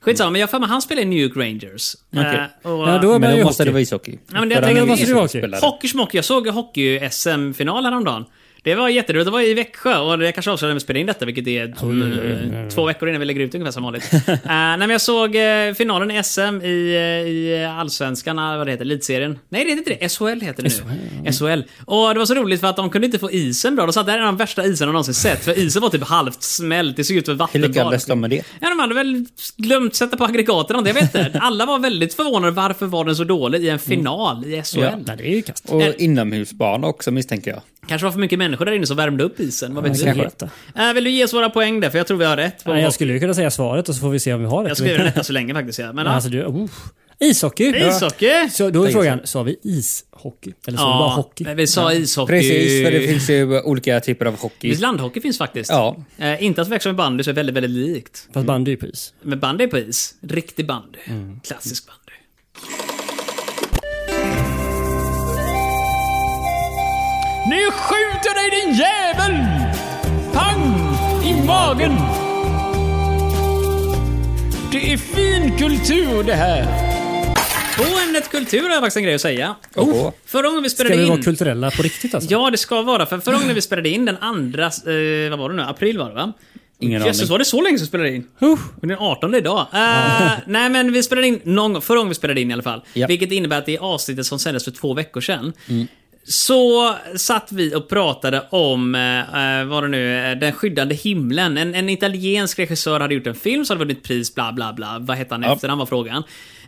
S1: Skitsamma, men jag har för mig han spelar i New York Rangers.
S3: Okej.
S1: Eh, och,
S2: Ja, då är man
S3: Men
S2: ju
S3: då måste det vara
S2: hockey.
S3: ishockey.
S1: Ja, men det
S3: För
S1: tänker
S3: han är
S1: jag
S2: måste det vara
S3: ishockeyspelare.
S1: Hockeysmock, jag såg hockey-SM-final häromdagen. Det var jätteroligt, det var i Växjö och det kanske avslöjar när vi spelar in detta, vilket är t- eh, två veckor innan vi lägger ut ungefär som vanligt. uh, nej, men jag såg eh, finalen i SM i, eh, i Allsvenskan, eh, vad det heter, Elitserien. Nej, det heter inte det. SHL heter det nu. SHL. Och det var så roligt för att de kunde inte få isen bra. De sa att det här är den värsta isen de någonsin sett, för isen var typ halvt smält. Det såg ut som
S3: Hur lyckades
S1: vattenbad.
S3: de med det?
S1: Ja, de hade väl glömt sätta på aggregaten eller något, jag vet inte. Alla var väldigt förvånade varför var den så dålig i en final i SHL.
S3: Ja.
S2: Nej, det är ju kast.
S3: Och inomhusbana också misstänker jag.
S1: Kanske var för mycket människor där inne som värmde upp isen, vad vet
S2: Ja,
S1: du?
S2: kanske.
S1: Äh, vill du ge oss våra poäng där? För jag tror vi har rätt. På
S2: Nej, jag skulle ju kunna säga svaret och så får vi se om vi har
S1: jag
S2: rätt.
S1: skriver detta så länge faktiskt. Ja. Men,
S2: Men
S1: ja.
S2: Alltså, du, oh. Ishockey!
S1: Ishockey!
S2: Så då är frågan, sa vi ishockey? Eller sa vi bara hockey?
S1: men vi sa ishockey.
S3: Precis, för det
S1: finns...
S3: finns ju olika typer av hockey.
S1: Landhockey finns faktiskt.
S3: Ja.
S1: Eh, inte att förväxla med bandy, så är det väldigt, väldigt likt.
S2: Fast bandy är ju på is.
S1: Men bandy är på is. Riktig bandy.
S2: Mm.
S1: Klassisk bandy.
S6: Nu skjuter dig din jävel! Pang! I magen! Det är fin kultur det här.
S1: På ämnet kultur har jag faktiskt en grej att säga.
S3: Oho.
S1: Förra gången vi spelade
S2: Ska vi
S1: in...
S2: vara kulturella på riktigt alltså?
S1: Ja, det ska vara. För förra gången när vi spelade in den andra... Eh, vad var det nu? April var det va?
S3: Ingen
S1: Jösses,
S3: aning.
S1: var det så länge som vi spelade in? Uh. Det är den 18 idag. Eh, nej, men vi spelade in någon gång. Förra gången vi spelade in i alla fall.
S3: Ja. Mm.
S1: Vilket innebär att det är avsnittet som sändes för två veckor sedan. Så satt vi och pratade om, eh, eh, vad det nu är, Den skyddande himlen. En, en italiensk regissör hade gjort en film som hade vunnit pris, bla bla bla. Vad hette han i
S3: Ja.
S1: efternamn var frågan.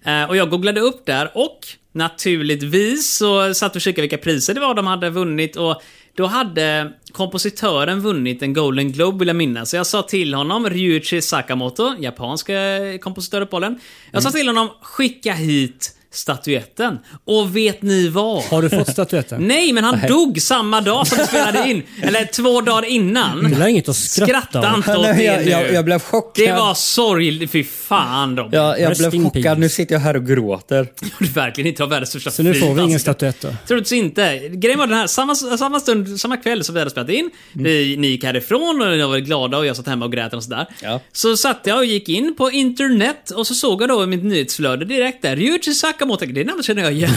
S1: Eh, och jag googlade upp där och naturligtvis så satt vi och kikade vilka priser det var de hade vunnit och då hade kompositören vunnit en Golden Globe vill jag minnas. Så jag sa till honom, eh,
S2: Mm.
S1: Ryuichi Sakamoto, japanska kompositör på bollen. Jag sa till honom, skicka hit statuetten. Och vet ni vad?
S2: Har du fått statyetten?
S1: Nej, men han dog samma dag som vi spelade in. Eller två dagar innan.
S2: Det är inget att skratta
S1: Skratta
S2: åt.
S1: inte åt
S3: Nej,
S1: det
S3: jag,
S1: nu.
S3: jag, jag blev chockad.
S1: Det var sorgligt. Fy fan Robin.
S3: Ja, jag
S2: Rest
S3: blev
S2: in
S3: chockad.
S2: peace.
S3: Nu sitter jag här och gråter.
S1: Du är verkligen inte har världens största
S2: Så nu får vi
S1: flyt,
S2: ingen
S1: alltså.
S2: statyett då.
S1: Trots inte. Grejen var den här, samma, samma stund, samma kväll som vi hade spelat in,
S2: Mm.
S1: vi, ni gick härifrån och ni var väldigt glada och jag satt hemma och grät och sådär.
S3: Ja.
S1: Så satt jag och gick in på internet och så såg jag då i mitt nyhetsflöde direkt där, Ryuichi Sakamoto, det namnet känner jag igen.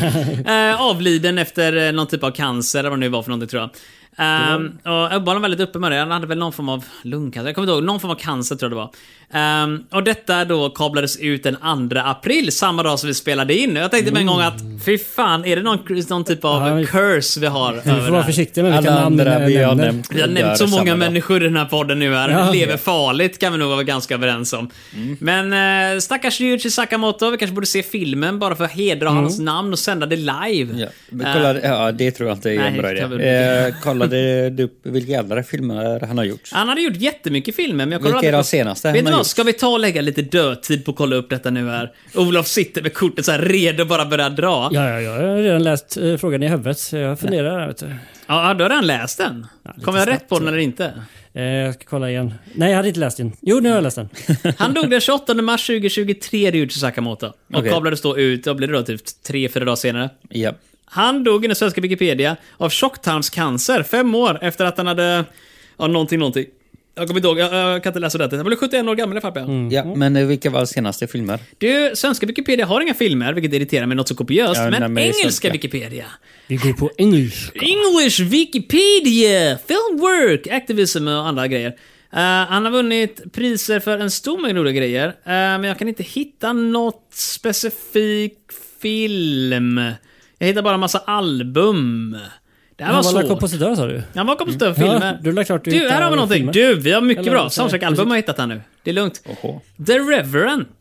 S1: eh, avliden efter eh, någon typ av cancer eller vad det nu var för någonting tror jag. Ehm, och Ebba var väldigt öppen med det. Han hade väl någon form av lungcancer. Jag kommer inte ihåg. Någon form av cancer tror jag det var. Ehm, och detta då kablades ut den 2 april, samma dag som vi spelade in. Och Jag tänkte med en gång att fy fan, är det någon, någon typ av
S2: Mm. Ja, vi-
S1: curse vi har?
S2: Vi får vara försiktiga med vilka
S3: Alla
S2: namn
S3: andra vi har nämnt.
S1: Vi har nämnt så
S3: dör samma
S1: många
S3: dag.
S1: människor i den här podden nu här.
S2: Ja.
S1: lever farligt kan vi nog vara ganska överens om.
S3: Mm.
S1: Men eh, stackars Ryuichi Sakamoto, vi kanske borde se filmen bara för att hedra hans namn och sända det live.
S3: Mm. Ja, men kolla,
S1: Eh,
S3: ja, det tror jag inte är
S1: nej,
S3: en bra
S1: det kan
S3: idé.
S1: väl-
S3: Eh, kollade du upp vilka andra filmer han har gjort?
S1: han hade gjort jättemycket filmer, men jag kollar
S3: Vilka
S1: aldrig
S3: är de
S1: på-
S3: senaste
S1: Vet
S3: han
S1: du
S3: har
S1: vad?
S3: gjort?
S1: Ska vi ta och lägga lite dödtid på att kolla upp detta nu här? Olof sitter med kortet så här redo att bara börja dra. Ja,
S2: Ja, ja, ja, jag har redan läst eh, frågan i huvudet. så Jag funderar här, vet du.
S1: du har redan läst den. Kommer jag rätt på den eller inte?
S2: Eh, Jag ska kolla igen. Nej, jag hade inte läst den. Jo, nu har jag läst den.
S1: Han dog den 28 mars 2023, Ryuichi Sakamoto. Och
S3: Okej.
S1: kablades då ut, vad blir det då, typ 3-4 dagar senare?
S3: Ja.
S1: Han dog i den svenska Wikipedia av tjocktarmscancer fem år efter att han hade... Ja, någonting, någonting. Jag kommer inte ihåg, jag, jag kan inte läsa det. Han blev 71 år gammal i alla fall.
S3: ja,
S1: Mhm.
S3: men eh, vilka var hans senaste filmer?
S1: Du, svenska Wikipedia har inga filmer, vilket irriterar mig något så kopiöst.
S3: Ja,
S1: men
S3: nej, men det är
S1: engelska
S3: svenska.
S1: Wikipedia.
S2: Vi går på engelska.
S1: English Wikipedia! Filmwork, activism och andra grejer. Eh, han har vunnit priser för en stor mängd olika grejer, eh, men jag kan inte hitta något specifik film. Jag hittar bara en massa album. Det här
S2: Han
S1: var,
S2: var väl
S1: svårt.
S2: kompositör sa du?
S1: Han var kompositör
S3: Mm.
S1: för filmer.
S2: Ja, du la klart du
S1: du,
S2: hittar
S1: här har vi någonting.
S2: filmer.
S1: Du, vi har mycket
S2: Eller
S1: bra.
S2: vad säger
S1: Soundtrack-album har jag hittat här nu. Det är lugnt.
S3: Oho.
S1: The Reverent.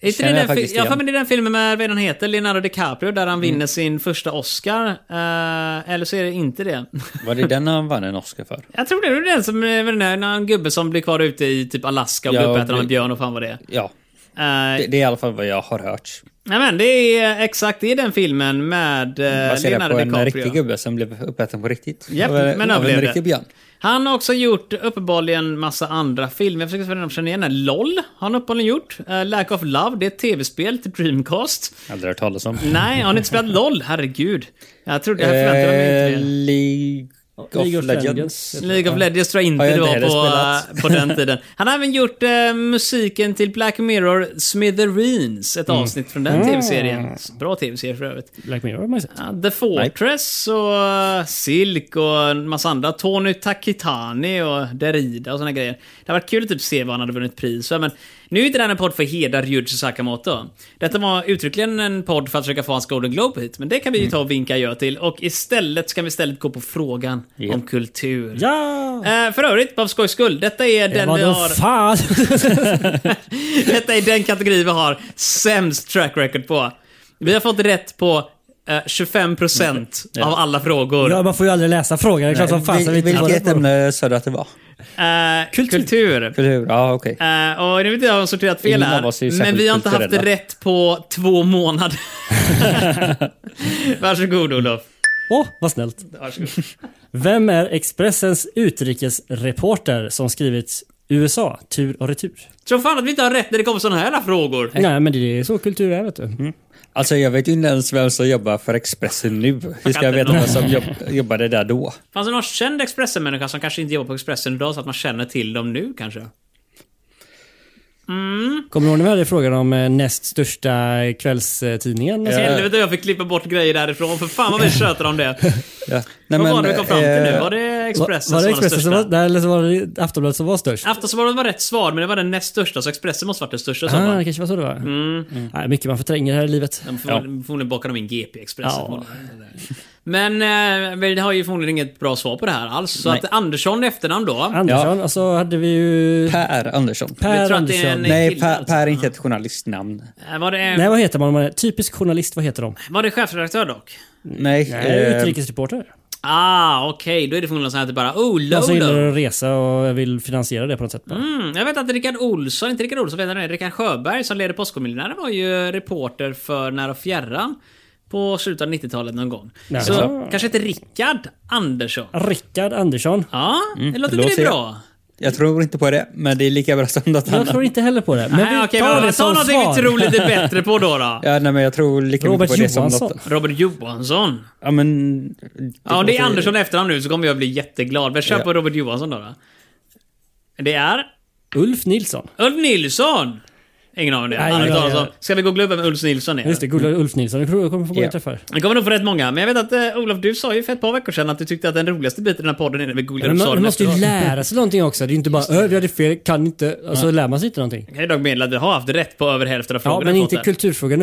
S1: Är inte
S3: Känner
S1: det
S3: jag
S1: den fi-
S3: faktiskt
S1: jag har för
S3: igen. Mm.
S1: mig det är den filmen med, vad den heter, Leonardo DiCaprio, där han vinner sin första Oscar. Eh, eller så är det inte det.
S3: Var det den han vann en Oscar för?
S1: jag tror det är den som, eh, vad den är, när en gubbe som blir kvar ute i typ Alaska och
S3: Ja,
S1: blir uppäten
S3: det-
S1: av en björn och fan vad det är.
S3: Ja,
S1: Eh,
S3: det, det är i alla fall vad jag har hört.
S1: nej men det är exakt, det är den filmen med eh,
S3: Baserat
S1: Leonardo
S3: på en
S1: DiCaprio.
S3: riktig gubbe som blev uppäten på riktigt.
S1: Japp,
S3: Av en-
S1: men
S3: av en
S1: överlevde.
S3: riktig björn.
S1: Han har också gjort uppenbarligen massa andra filmer. Jag försöker se om jag känner igen den. LOL har han uppenbarligen gjort. Uh, Lack of Love, det är ett tv-spel till Dreamcast.
S3: Aldrig hört talas om.
S1: Nej, har ni inte spelat LOL? Herregud. Jag trodde, jag förväntade mig
S3: Eh,
S1: inte det.
S3: League of
S2: League of
S3: Legends.
S2: Legends.
S1: League of Legends tror jag inte
S3: Har jag
S1: det
S3: inte
S1: var
S3: heller
S1: på,
S3: spelat.
S1: på den tiden. Han har även gjort eh, musiken till Black Mirror Smithereens,
S3: Mm.
S1: ett avsnitt från den tv-serien. Bra tv-serie för övrigt.
S2: Black Mirror har man ju sett.
S1: Ja, The Fortress och eh, Silk och en massa andra. Tony Takitani och Derrida och såna grejer. Det hade varit kul att typ se vad han hade vunnit pris för, men nu är inte det här en podd för att hedra Ryuichi Sakamoto. Detta var uttryckligen en podd för att försöka få hans Golden Globe hit, men det kan vi
S2: Mm.
S1: ju ta och vinka gör till. Och istället ska vi istället gå på frågan om kultur.
S2: Ja!
S1: Eh, för övrigt, bara för skojs skull, detta är den vi
S2: Vadå
S1: har...
S2: fan?
S1: Detta är den kategori vi har sämst track record på. Vi har fått rätt på eh, 25% av alla frågor.
S2: Mm. ja, man får ju aldrig läsa frågan. Det är klart som fan
S3: Vil-
S2: så vi inte
S3: vilket
S2: får det.
S3: ämne sa du att det var?
S1: Eh, kultur.
S3: Kultur? Ja, okej.
S1: Eh, och nu vet jag om jag har sorterat fel
S3: Ingen av oss är ju
S1: här, men
S3: särskilt
S1: vi har inte haft
S3: kulturella.
S1: rätt på två månader. Varsågod Olof.
S2: Åh, vad snällt. Vem är Expressens utrikesreporter som skrivit USA, tur och retur?
S1: Tror fan att vi inte har rätt när det kommer sådana här frågor.
S2: Nej, men det är så kultur är, vet du.
S3: Alltså jag vet ju inte ens vem som jobbar för Expressen nu. Hur ska jag veta vem som jobb, jobbade där då?
S1: Fanns det någon känd Expressen-människa som kanske inte jobbar på Expressen idag så att man känner till dem nu kanske?
S2: Kommer du ihåg när vi hade frågan om eh, näst största kvällstidningen?
S1: Så helvete jag fick klippa bort grejer därifrån, för fan vad vi tjötar om det.
S3: Ja. Nej,
S1: Vad var det vi kom fram till nu?
S3: eh,
S1: Var det
S2: Va-
S1: Expressen
S2: var det
S1: som var den
S2: Expressen som
S1: största?
S2: var, nej, eller så var det Aftonbladet som var störst?
S1: Aftonbladet var rätt svar, men det var den näst största, så Expressen måste varit den största i så
S2: ah, det
S1: fall.
S2: kanske var så det var.
S1: Mm.
S2: Mm. Nej, mycket man förtränger här i livet.
S1: De förmodligen förmodligen bakar de in GP i Expressen.
S2: Ja.
S1: Men eh, vi har ju förmodligen inget bra svar på det här alls. Så att Andersson i efternamn då.
S2: Andersson, och så hade vi ju...
S3: Per Andersson.
S2: Per
S1: vi tror att det är en
S2: Andersson.
S3: Nej,
S1: kille
S3: per,
S1: alltså.
S3: per är inte ett journalistnamn.
S1: Eh, Var det,
S2: Nej, vad heter man? om man är typisk journalist, vad heter de?
S1: var det typ- chefredaktör dock?
S3: Nej.
S2: Nej,
S3: eh,
S2: utrikesreporter. Alltså,
S1: Ah, okej. Då är det förmodligen så här att det bara oh,
S2: Jag så gillar
S1: Lolo.
S2: att resa och vill finansiera det på något sätt. bara.
S1: Mm, jag vet att Rickard Olsson, inte Rickard Olsson, utan Rickard Sjöberg som leder Postkodmiljonären var ju reporter för Nära och Fjärran på slutet av 90-talet någon gång.
S2: Nej,
S1: så
S2: så.
S1: kanske heter Rickard Andersson.
S2: Rickard Andersson.
S1: Ja, det låter
S3: låter
S1: det är
S3: jag.
S1: bra.
S3: Jag tror inte på det, men det är lika bra som något
S2: Jag
S3: annat.
S2: tror inte heller på det. Men
S1: Nej,
S2: vi
S1: okej,
S2: tar
S1: men ta
S2: det som
S1: någonting vi
S2: svar.
S1: tror lite bättre på då. då.
S3: Ja, nej, men jag tror lika
S2: Robert
S3: mycket på det som
S2: Johansson.
S3: något.
S1: Robert
S2: Typ
S1: Johansson.
S3: Ja, men... Det
S1: Ja, om det är
S3: låter-
S1: Andersson i efternamn nu så kommer jag bli jätteglad. Men kör
S3: Ja.
S1: på Robert Johansson då. då. Det är
S2: Ulf Nilsson.
S1: Ulf Nilsson! Ingen aning om det.
S2: Nej,
S1: Aldrig
S2: ja,
S1: talas
S2: ja.
S1: om. Ska vi googla upp vem Ulf Nilsson är?
S2: Just det, googla Ulf Nilsson. Jag tror jag kommer få många
S3: Ja.
S2: träffar.
S1: Det kommer nog få rätt många. Men jag vet att eh, Olof, du sa ju för ett par veckor sedan att du tyckte att den roligaste biten i den här podden är när vi googlar
S2: Men
S1: upp
S2: man,
S1: svaren
S2: man måste ju
S1: efteråt.
S2: lära sig någonting också. Det är ju inte bara "Ö, vi hade fel, kan inte. Alltså lär man sig inte någonting.
S1: Jag kan ju dock meddela att vi har haft rätt på över hälften av
S2: Ja,
S1: frågorna.
S2: men
S1: vi
S2: inte
S1: fått här.
S2: kulturfrågan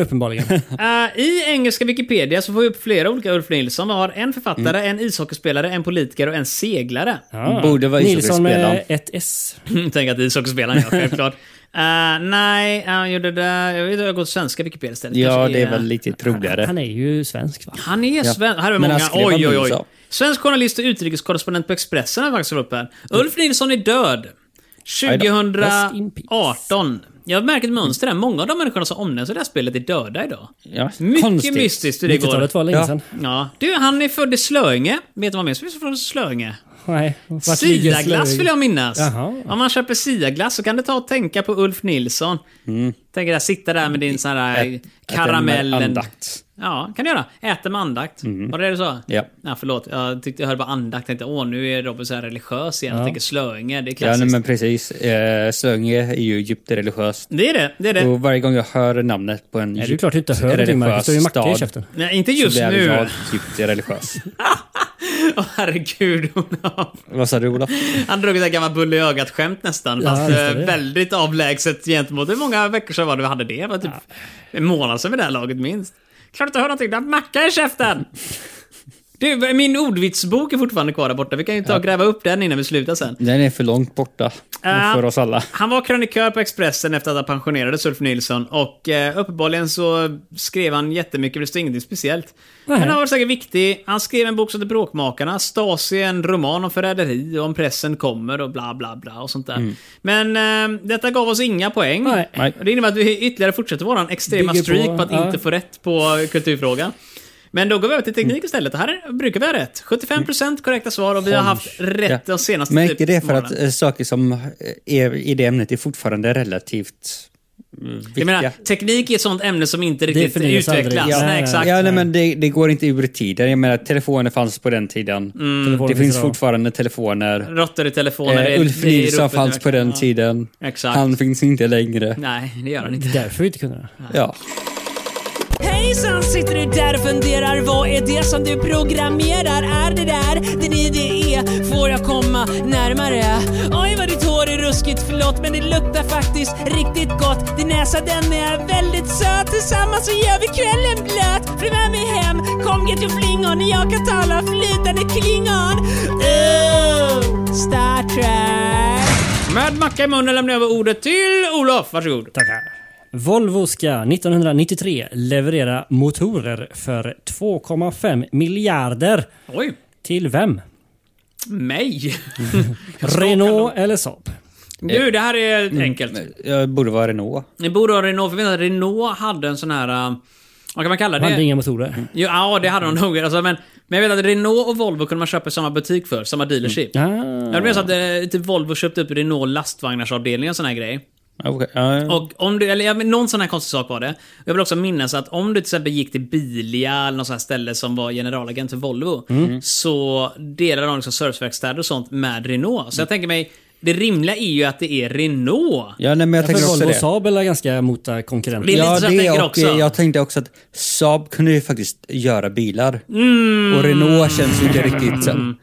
S2: uppenbarligen.
S1: Eh, I engelska Wikipedia så får vi upp flera olika Ulf Nilsson. Vi har en författare,
S2: Mm.
S1: en ishockeyspelare, en politiker och en seglare.
S2: Ja.
S3: Borde vara
S2: Nilsson med
S3: ishockeyspelaren.
S2: ett S.
S1: Mm, Tänk att ishockeyspelaren ja, självklart. Eh, nej, han gjorde det... Jag vet inte, jag går till svenska Wikipedia istället.
S3: Ja,
S1: Kanske
S3: det är väl lite troligare.
S2: Han är ju svensk va?
S1: Han är svensk. Här är
S3: Men
S1: många.
S3: han skrev
S1: Oj,
S3: om
S1: oj, oj.
S3: USA.
S1: Svensk journalist och utrikeskorrespondent på Expressen har faktiskt varit
S3: Mm.
S1: uppe här. Ulf Nilsson är död.
S2: Rest in
S1: 2018. Jag märker ett mönster där. Många av de människorna som omnämns i det här spelet är döda idag.
S3: Ja,
S1: Mycket
S3: konstigt.
S1: mystiskt hur det går.
S2: 90-talet var länge
S3: Ja.
S2: sedan.
S1: Ja. Du, han är född i Slöinge. Vet du vad mer som finns från Slöinge?
S2: Nej, vart ligger
S1: Siaglass
S2: Slöinge?
S1: vill jag minnas.
S2: Jaha.
S1: Om man köper siaglass så kan du ta och tänka på Ulf Nilsson. Tänk dig, sitta där med din sån här
S3: Mm. Äter
S1: karamellen.
S3: med andakt. Mm.
S1: Ja, kan du göra. Äter med andakt. Var det det du sa?
S3: Ja.
S1: Ja, förlåt. Jag, tyckte, jag hörde bara andakt. Tänkte, åh, nu är Robin så här religiös igen. Jag tänker Slöinge. Det är
S3: Ja,
S1: klassiskt.
S3: nej, men precis. Eh, Slöinge är ju djupt religiöst.
S1: Det är det. Det är det.
S3: Och varje gång jag hör namnet på en
S2: Nej, det är klart du inte hör det Marcus. Du har ju macka i käften.
S1: Nej, inte
S3: Just
S1: just
S3: så blir jag
S1: nu.
S3: djupt religiös.
S1: Åh herregud, Olof.
S3: Vad sa du, Olof?
S1: Han drog ett där gammalt bull i ögat-skämt nästan.
S2: Ja,
S1: fast
S2: just det,
S1: eh,
S2: det.
S1: väldigt avlägset gentemot... Hur många veckor sedan var det vi hade det? Det var typ en månad sedan vid det här laget minst. Klart att du hör någonting. Du har en macka i käften! Du, min ordvitsbok är fortfarande kvar där borta. Vi kan ju ta och gräva upp den innan vi slutar sen.
S3: Den är för långt borta
S1: Ah.
S3: för oss alla.
S1: Han var krönikör på Expressen efter att han pensionerades, Ulf Nilsson. Och eh, uppenbarligen så skrev han jättemycket, men det stod ingenting speciellt.
S2: Nej.
S1: Men han var säkert viktig. Han skrev en bok som heter Bråkmakarna, Stasi, en roman om förräderi och om pressen kommer och bla bla bla och sånt där. Men eh, detta gav oss inga poäng.
S2: Nej.
S3: Mm. Nej.
S1: Och det innebär att vi ytterligare fortsätter våran extrema
S2: Bygger på-
S1: streak på, att
S2: ja.
S1: inte få rätt på kulturfrågan. Men då går vi över till
S3: Mm.
S1: teknik istället. Och här brukar vi ha rätt. 75% korrekta svar och vi har haft rätt de senaste typ
S3: Men är det för
S1: månaderna.
S3: att eh, saker som eh, är i det ämnet är fortfarande relativt mm, viktiga?
S1: Jag menar, teknik är ett sånt ämne som inte riktigt
S2: förnyas aldrig.
S1: utvecklas.
S2: Ja.
S1: Nej,
S2: Nej, nej.
S1: exakt.
S3: Ja, nej, men det, det går inte ur tiden. Jag menar, telefoner fanns på den tiden.
S2: Telefonen
S3: Det finns
S2: idag.
S3: fortfarande telefoner.
S1: Råttor i Mm. telefoner.
S3: Eh,
S1: är-
S3: Ulf
S1: det är
S3: Nilsson
S1: ruffet
S3: fanns på
S1: verkligen.
S3: den
S1: Ja.
S3: tiden.
S1: Exakt.
S3: Han finns inte längre.
S1: Nej, det gör han
S2: Det
S1: inte.
S2: är därför vi inte kunde det.
S3: Ja.
S7: Hejsan, sitter du där och funderar? Vad är det som du programmerar? Är det där din idé är? Får jag komma närmare? Oj, vad ditt hår är ruskigt, förlåt, men det luktar faktiskt riktigt gott. Din näsa, den är väldigt söt. Tillsammans så gör vi kvällen blöt. Följ med mig hem, kom get your flingon. Jag kan tala flytande klingon. Oh, Star Trek.
S1: Med macka i munnen lämnar jag över ordet till Olof. Varsågod.
S2: Tackar. Volvo ska 1993 leverera motorer för 2,5 miljarder.
S1: Oj.
S2: Till vem?
S1: Mig?
S2: Renault eller Saab?
S1: Du, det här är
S3: Mm.
S1: enkelt.
S3: Jag borde vara Renault.
S1: Ni borde ha Renault, för vi vet att Renault hade en sån här... äh, Vad kan man kalla
S2: De hade
S1: det?
S2: inga motorer.
S1: Jo, ja, det hade de nog. Alltså, men, men jag vet att Renault och Volvo kunde man köpa i samma butik för, samma dealership.
S3: Mm.
S2: Ah,
S1: Ja, det blev så att eh, typ Volvo köpte upp Renault lastvagnarsavdelning och sån här grej.
S3: Okej, ja.
S1: Och om du, eller ja, men någon sån här konstig sak var det. Jag vill också minnas att om du till exempel gick till Bilia eller något sånt här ställe som var generalagent för Volvo. Så delade de liksom serviceverkstäder och sånt med Renault. Så jag tänker mig, det rimliga är ju att det är Renault.
S3: ja, nej, men jag tänker
S2: för
S3: också
S2: Volvo och
S3: det.
S2: Saab är ganska mota konkurrenter.
S1: Det är lite
S3: Ja,
S1: så jag tänker också.
S3: och eh, jag tänkte också att Saab kunde ju faktiskt göra bilar.
S1: Mm.
S3: Och Renault känns ju inte riktigt som...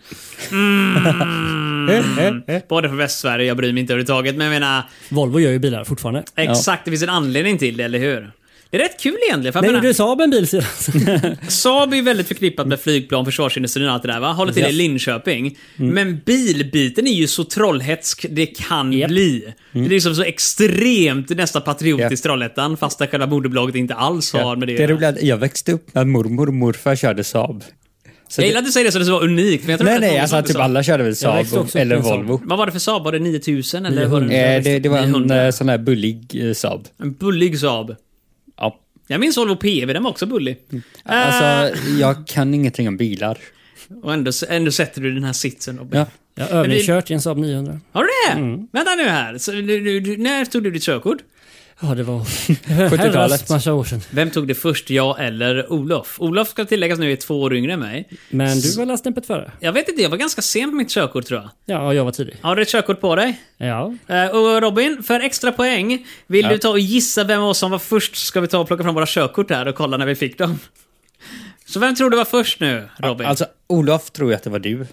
S1: Både för Västsverige, jag bryr mig inte överhuvudtaget. Men jag menar,
S2: Volvo gör ju bilar fortfarande.
S1: exakt, det finns en anledning till det, eller hur? Det är rätt kul egentligen. För jag
S2: När
S1: menar,
S2: gjorde Saab en bil senast?
S1: Saab är ju väldigt förknippat med flygplan, försvarsindustrin och allt det där va? Håller till i Linköping.
S3: Mm.
S1: Men bilbiten är ju så trollhätsk det kan
S2: Japp.
S1: bli. Det är liksom så extremt nästan patriotiskt
S3: Mm. Ja.
S1: Trollhättan, fast där själva moderbolaget inte alls har med det,
S3: det är roligt att jag växte upp med mormor och morfar körde Saab. Så
S1: Jag gillar att du säger det som det var unikt, men jag
S3: det,
S1: tror
S3: nej,
S1: att
S3: nej,
S1: många
S3: alltså
S1: som
S3: typ
S1: sa-
S3: alla körde väl
S2: växte
S3: Saab
S2: också upp
S3: eller
S2: med en Saab.
S3: Volvo.
S1: Vad var det för Saab? Var det 9000 eller?
S2: 900.
S1: 100?
S3: Eh, det, det var en
S1: 900.
S3: eh, sån här bullig eh, Saab.
S1: En bullig Saab.
S3: Ja.
S1: Jag minns Volvo PV, den var också bullig. Eh,
S3: Alltså, jag kan ingenting om bilar.
S1: Och ändå, ändå sätter du den här sitsen Robin.
S3: Ja. Mm.
S2: Jag har övningskört i en Saab 900.
S1: Har du det? Vänta nu här. Så, du, du, du, när tog du ditt körkort?
S2: Ja, det var herrans massa år sedan.
S1: Vem tog det först, jag eller Olof? Olof ska tilläggas nu är två år yngre än mig.
S2: Men du var väl snäppet före?
S1: Jag vet inte, jag var ganska sen på mitt körkort tror jag.
S2: Ja, jag var tidig.
S1: Har du ett körkort på dig?
S2: Ja.
S1: Eh, Och Robin, för extra poäng, vill du ta och gissa vem av oss som var först? Ska vi ta och plocka fram våra körkort här och kolla när vi fick dem? Så vem tror du var först nu, Robin?
S3: Alltså, Olof tror jag att det var du.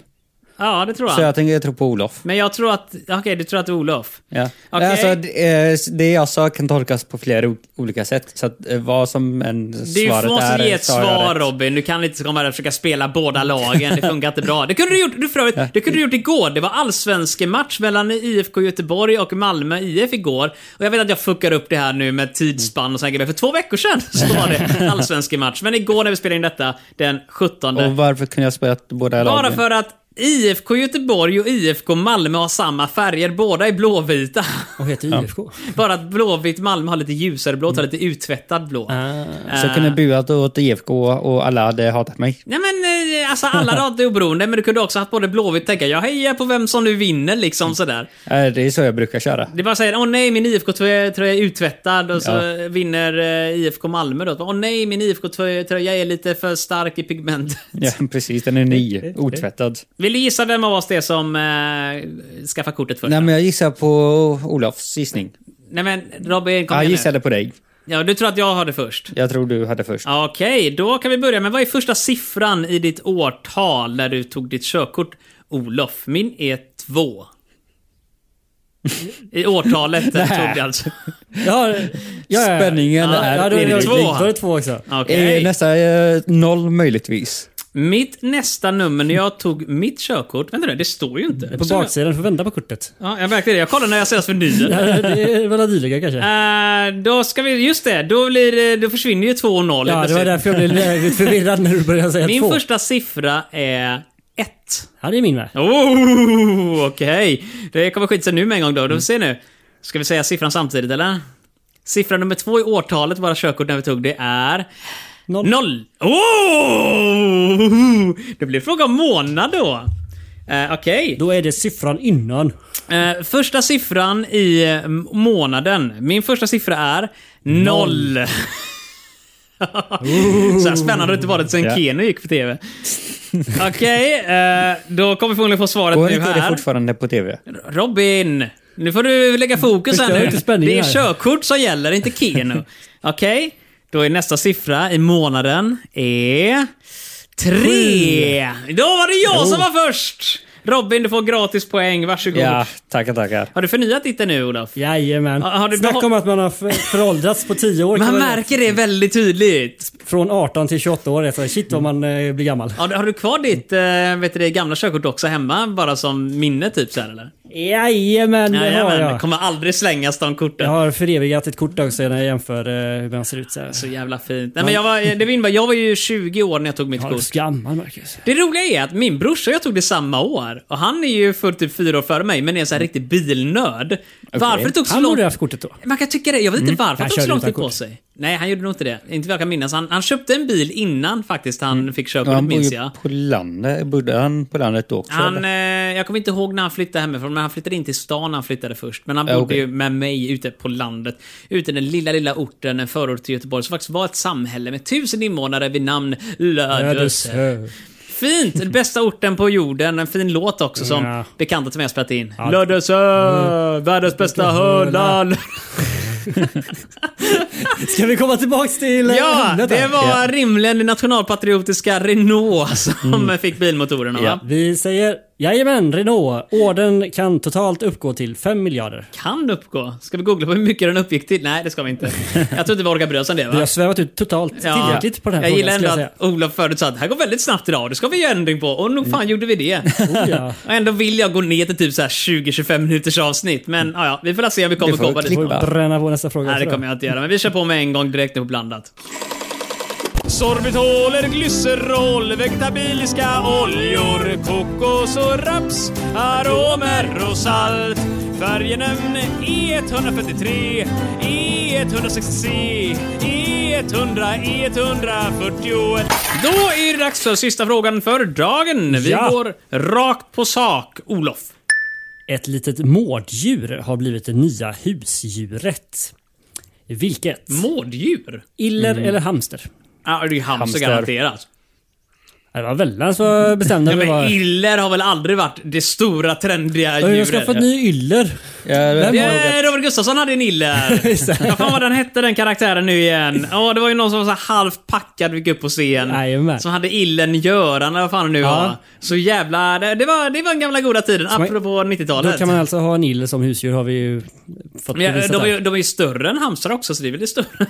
S1: ja, det tror
S3: Så
S1: jag.
S3: jag tänker jag tror på Olof.
S1: Men jag tror att... Okej, du tror att det är Olof.
S3: Ja.
S1: Okej.
S3: Alltså, det, eh, det jag sa kan tolkas på flera o- olika sätt. Så att, eh, vad som än
S1: Du
S3: svaret är...
S1: måste ge ett
S3: så har jag
S1: svar
S3: rätt.
S1: Robin, du kan inte komma här och försöka spela båda lagen, det funkar inte bra. Det kunde du gjort, du för övrigt, det kunde du gjort igår. Det var allsvenske match mellan IFK Göteborg och Malmö IF igår. Och jag vet att jag fuckar upp det här nu med tidsspann och sådana grejer. För två veckor sedan så var det allsvenske match. Men igår när vi spelade in detta, den 17.
S3: Och varför kunde jag spela båda
S1: Bara
S3: lagen?
S1: för att IFK Göteborg och IFK Malmö har samma färger, båda är blåvita.
S2: Och heter IFK.
S1: Bara att blåvitt Malmö har lite ljusare blått, har lite uttvättad blå.
S3: Ah, Så jag
S1: Ah.
S3: kunde buat åt IFK och alla hade hatat mig.
S1: Nej men eh, alltså alla rader är oberoende, men du kunde också haft både Blåvitt och tänka jag hejar på vem som nu vinner liksom sådär.
S3: Eh, Det är så jag brukar köra.
S1: Det är bara säger åh nej min IFK-tröja tröja är uttvättad och så
S3: Ja.
S1: vinner eh, IFK Malmö då. Åh nej min IFK-tröja är lite för stark i pigment.
S3: Ja, precis, den är ny, otvättad.
S1: Vill du gissa vem av oss det är som eh, skaffar kortet först?
S3: Nej,
S1: Nej
S3: men jag gissar på Olofs gissning.
S1: men, Robin kom igen
S3: Jag
S1: nu.
S3: gissade på dig.
S1: Ja, du tror att jag har det först?
S3: Jag tror du hade först.
S1: Okej, då kan vi börja med vad är första siffran i ditt årtal när du tog ditt körkort? Olof, min är två. I årtalet den tog det alltså.
S2: Ja, ja, ja.
S3: Spänningen
S2: ja,
S3: är
S2: ja, då, är det
S1: två.
S2: två. Då är det två också.
S1: Okej.
S3: Eh, Nästa eh, noll möjligtvis.
S1: Mitt nästa nummer när jag tog mitt körkort, vänta nu, det står ju inte.
S2: På baksidan, du får vända på kortet.
S1: Ja, jag märkte det, jag kollade när jag senast förnyade.
S2: Ja, det är väl dyliga kanske.
S1: Eh, då ska vi, just det, då, blir, det- då försvinner ju 2-0
S2: Ja, det var därför jag blev lite förvirrad när du började säga
S1: Min
S2: två.
S1: första siffra är 1.
S2: Ja, det är min med.
S1: Oh, okej. Det kommer skita sig nu med en gång då. Då får vi se nu. Ska vi säga siffran samtidigt eller? Siffra nummer två i årtalet, våra körkort när vi tog det är...
S2: Noll.
S1: Noll. Oh! Det blir fråga om månad då. Eh, okej.
S2: Då är det siffran innan.
S1: Eh, första siffran i eh, månaden. Min första siffra är noll. Så här spännande har det inte varit sen
S3: Ja.
S1: Keno gick på TV. Okej, eh, då kommer vi förmodligen få svaret
S3: Går
S1: nu
S3: inte det
S1: här.
S3: fortfarande på TV?
S1: Robin! Nu får du lägga fokus här
S2: Förstör
S1: nu.
S2: inte spänningen
S1: Det är
S2: här.
S1: körkort som gäller, inte Keno. Okej, då är nästa siffra i månaden är... Tre! Då var det jag som var först! Robin, du får gratis poäng. Varsågod.
S3: Ja, tackar, tackar.
S1: Har du förnyat ditt nu, Olof?
S2: Jajamän.
S1: Ja, har du
S2: Snack
S1: behå-
S2: om att man har för- föråldrats på 10 år. kan
S1: Man märker det väldigt tydligt.
S2: Från 18 till 28 år. Alltså, shit vad man eh, blir gammal.
S1: Har du, har du kvar ditt eh, vet du, det, gamla körkort också hemma, bara som minne typ så här, eller?
S2: Jajamän, det har
S1: Jajamän,
S2: jag.
S1: kommer aldrig slängas de korten.
S2: Jag har förevigat ett kort också när jag jämför eh, hur man ser ut. Så här.
S1: Så jävla fint. Nej, men jag, var, det var innebär, jag var ju 20 år när jag tog mitt
S2: Ja, du är
S1: kort.
S2: så gammal Marcus.
S1: Det roliga är att min brorsa och jag tog det samma år. Och han är ju för typ fyra år före mig, men är en
S3: Mm.
S1: sån här riktig bilnörd. Varför det tog så
S2: Han
S1: lång
S2: borde haft kortet då.
S1: Man kan tycka det. Jag vet inte
S3: Mm.
S1: varför han
S2: Han
S1: tog så
S2: körde
S1: lång tid
S2: utan
S1: på
S2: kort.
S1: sig. Nej, han gjorde nog inte det. Inte vad jag kan minnas. Han, han köpte en bil innan faktiskt han fick körkortet,
S3: Mm. Han bor
S1: minns
S3: ju
S1: jag.
S3: på landet. Bodde han på landet då också?
S1: Han,
S3: eller?
S1: eh, jag kommer inte ihåg när han flyttade hemifrån, men han flyttade in till stan när han flyttade först. Men han
S3: Ja,
S1: bodde
S3: okej.
S1: ju med mig ute på landet. Ute i den lilla, lilla orten, en förort till Göteborg, som faktiskt var ett samhälle med tusen invånare vid namn Lödöse. Fint! Den bästa orten på jorden. En fin låt också som
S2: Ja. Mm.
S1: bekanta till mig har spelat in. Lödöse! Världens bästa hörland!
S2: Ska vi komma tillbaks till eh,
S1: Ja,
S2: ämnet här?
S1: det var rimligen det nationalpatriotiska Renault som
S2: Mm.
S1: fick bilmotorerna va?
S2: Vi säger jajamän Renault. Orden kan totalt uppgå till 5 miljarder.
S1: Kan uppgå? Ska vi googla på hur mycket den uppgick till? Nej, det ska vi inte. Jag tror inte vi orkar bry oss om det
S2: Vi
S1: va?
S2: har svävat ut totalt tillräckligt på den
S1: jag
S2: här frågan
S1: gillar ändå
S2: skulle jag säga. Mm.
S1: att Olof förut sa att det här går väldigt snabbt idag, det ska vi göra ändring på. Och nog fan gjorde vi det.
S2: Oh, ja.
S1: Och ändå vill jag gå ner till typ så här 20-25 minuters avsnitt. Men ja, ja, vi får la se om vi kommer
S3: Det får
S1: komma
S3: klippa.
S1: dit.
S2: Bränna på nästa fråga.
S1: Nej, det
S2: också då.
S1: kommer jag inte göra. Men vi kör på med en gång direkt nu på blandat.
S6: Sorbitoler, glycerol, vegetabiliska oljor, kokos och raps, aromer och salt. E Färgenämn E143, E E160, E E100, E141.
S1: Då är det dags för sista frågan för dagen. Vi
S2: Ja.
S1: går rakt på sak, Olof.
S2: Ett litet mårddjur har blivit det nya husdjuret. Vilket?
S1: Mårddjur? Mm.
S2: Iller eller hamster?
S1: Ja, det är ju hamster
S3: Hamster.
S1: garanterat.
S2: Det var väldigt så bestämda
S1: Ja,
S2: vi
S1: men
S2: var.
S1: iller har väl aldrig varit det stora trendiga
S2: Jag har
S1: djuret?
S2: skaffat ny yller.
S3: Ja,
S2: Vem har-
S1: Yeah, Robert Gustafsson hade en iller. Vad fan var den hette den karaktären nu igen? Ja, det var ju någon som var så här halvt packad vi gick upp på scen.
S2: Jajamän.
S1: Som hade illen Göran eller vad fan det nu var. Så jävla... Det, det, var, det var den gamla goda tiden,
S2: man-
S1: apropå
S2: Då
S1: 90-talet.
S2: kan man alltså ha en iller som husdjur har vi ju fått
S1: Men jag,
S2: bevisat
S1: de, är,
S2: här.
S1: ju- de är ju större än hamstrar också, så det är väl det större.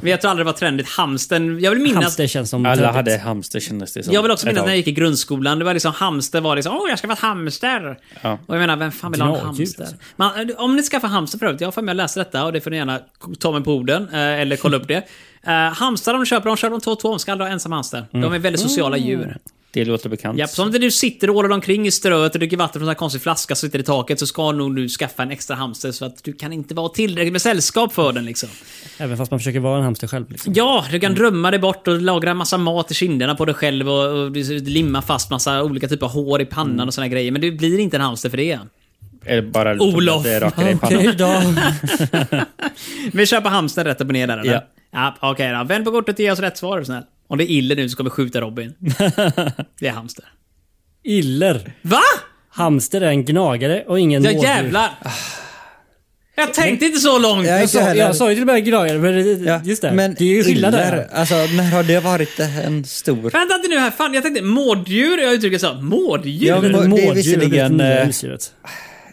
S1: Men jag tror aldrig det var trendigt. Hamsten, jag vill minnas...
S2: Hamster känns som
S3: alla
S2: töntigt.
S3: hade hamster kändes det som.
S1: Jag vill också
S3: Ett
S1: minnas när jag
S3: tag.
S1: gick i grundskolan, det var liksom hamster var liksom åh jag ska vara ett hamster.
S3: Ja.
S1: Och jag menar, vem fan vill ha en
S2: Gnagdjur,
S1: hamster?
S2: alltså.
S1: Man, om ni skaffar hamster för övrigt, jag har för mig att läsa detta och det får ni gärna ta mig på orden eh, eller kolla upp det. Uh, hamstrar de köper, de köper de två och två, de ska aldrig ha ensam hamster.
S3: Mm.
S1: De är väldigt sociala djur.
S3: Det låter bekant.
S1: Ja, som inte du sitter och ålar omkring i ströet och dricker vatten från en sån här konstig flaska som sitter i taket så ska nog du skaffa en extra hamster så att du kan inte vara tillräckligt med sällskap för den liksom.
S2: Även fast man försöker vara en hamster själv. Liksom.
S1: Ja, du kan drömma dig bort och lagra massa mat i kinderna på dig själv och, och limma fast massa olika typer av hår i pannan och såna grejer. Men du blir inte en hamster för det.
S3: Eller bara liksom
S1: Olof.
S3: Det rakar dig i pannan.
S2: Okej då.
S1: Vi kör på hamster rätt upp och ner där eller?
S3: Ja.
S1: ja Okej då. Vänd på kortet och ge oss rätt svar är du snäll. Om det är ille nu så kommer vi skjuta Robin. Det är hamster.
S2: Iller.
S1: Va?
S2: Hamster är en gnagare och ingen
S1: Ja
S2: mårddjur.
S1: jävlar! Jag tänkte inte så långt!
S2: Jag sa, jag sa ju till och med gnagare, men det-
S8: Ja,
S2: just det.
S8: Men
S2: det är ju skillnad
S8: iller,
S2: där.
S8: Alltså, när har det varit en stor...
S1: Vänta inte nu här, fan jag tänkte mårddjur, jag uttrycker så. Mårddjur?
S3: Ja,
S1: Jag,
S3: men- det är
S2: Mårddjur är
S3: visserligen,
S2: det nya
S3: eh,
S2: husdjuret.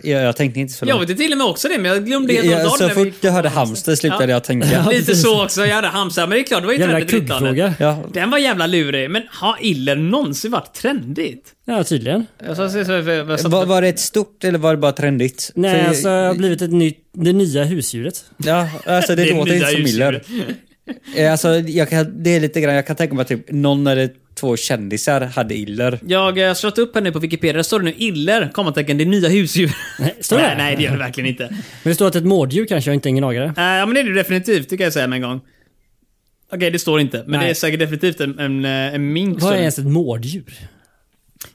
S3: Jag, jag tänkte inte så långt.
S1: vet till och med också det, men jag glömde helt och
S8: Ja,
S1: hållet
S8: så
S1: när vi-
S8: fort jag hörde hamster slutade jag tänka.
S1: Lite så också, jag hade hamstrar. Men det är klart, det var ju
S2: Jävla
S1: trendigt i 90-talet.
S2: kuggfråga.
S8: Ja,
S1: Den var jävla lurig, men har iller någonsin varit trendigt?
S2: Ja, tydligen.
S1: Jag ska se så- jag ska-
S8: var, var det ett stort eller var det bara trendigt?
S2: Nej,
S8: För-
S2: alltså jag har blivit ett nytt, det nya husdjuret.
S8: Ja, alltså det,
S1: Det är
S8: låter inte
S1: nya
S8: som iller. Eh, Alltså, jag kan, det är lite grann, jag kan tänka mig att typ någon eller två kändisar hade iller.
S1: Jag eh, har slått upp här nu på Wikipedia, där står det nu iller, kommatecken, det nya husdjur.
S2: Nej, står det?
S1: nej, nej, det gör det verkligen inte. Eh,
S2: Men det står att ett mårddjur kanske är inte en gnagare.
S1: Ja, men det är det definitivt, det kan jag säga med en gång. Okej, det står inte, men
S2: Nej.
S1: det är säkert definitivt en, en, eh, en mink.
S2: Vad
S1: står
S2: är
S1: det.
S2: ens ett mårddjur?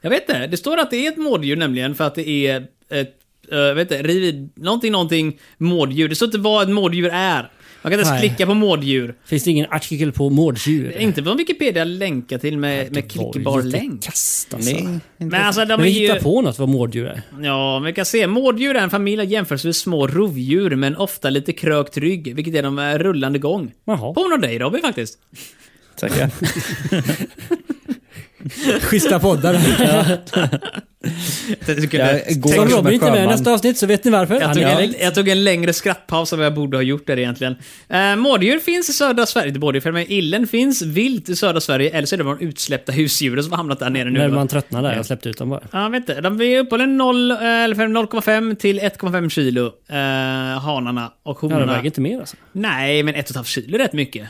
S1: Jag vet inte, det står att det är ett mårddjur nämligen, för att det är ett, eh, jag vet inte, rivid, någonting, någonting mårddjur. Det står inte vad ett mårddjur är. Man kan inte ens
S2: Nej.
S1: klicka på mårddjur.
S2: Finns det ingen artikel på mårddjur?
S1: Inte vad Wikipedia länkar till med, med
S2: Det var
S1: klickbar
S2: lite
S1: länk.
S2: Kast, alltså.
S8: Nej.
S1: Men alltså de
S2: Men
S1: är
S2: vi
S1: ju...
S2: hittar på något vad mårddjur är.
S1: Ja, vi kan se. Mårddjur är en familj av jämförelsevis små rovdjur, men ofta lite krökt rygg, vilket är de eh, rullande gång.
S2: Jaha.
S1: Påminner om dig Robin faktiskt.
S3: Tänker.
S2: Schyssta poddar.
S1: Jag tog,
S8: Ja,
S1: en,
S8: går
S2: Så om
S8: som
S2: Robin
S8: en
S2: inte är med i
S8: sjöman.
S2: nästa avsnitt så vet ni varför.
S1: jag,
S2: Han
S1: tog
S2: är
S1: en,
S2: direkt.
S1: jag tog en längre skrattpaus som jag borde ha gjort där egentligen. Eh, mårddjur finns i södra Sverige, inte både för men illen finns vilt i södra Sverige, eller så är det de utsläppta husdjuren som har hamnat där nere nu.
S2: När
S1: va?
S2: man tröttnar där. Jag släppte ut dem bara.
S1: Ja, jag vet inte. De är uppehållen 0, eller 0,5 till 1,5 kilo, eh, hanarna och
S2: Ja, de
S1: honorna.
S2: väger inte mer alltså.
S1: Nej, men 1,5 kilo är rätt mycket.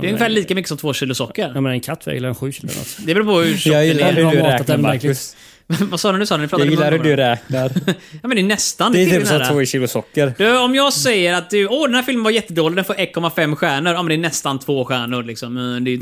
S1: Det är ungefär lika mycket som 2 kilo
S2: Ja,
S1: socker.
S2: men en katt väger en sju kilo eller något.
S1: Det beror på hur tjock
S8: Jag
S1: den
S8: gillar
S1: är.
S8: hur
S2: Jag
S8: du
S2: har matat
S8: räknar
S2: den
S8: Marcus.
S1: Vad sa du nu? Sa du? Ni
S8: Jag
S1: pratade
S8: gillar hur
S1: munnen
S8: du
S1: på
S8: räknar.
S1: varandra. Ja, men det är nästan.
S8: Det är
S1: är
S8: typ som
S1: nära.
S8: två kilo socker.
S1: Du, om jag säger att du, åh den här filmen var jättedålig, den får 1,5 stjärnor. Ja men det är nästan två stjärnor liksom. Men Det är ju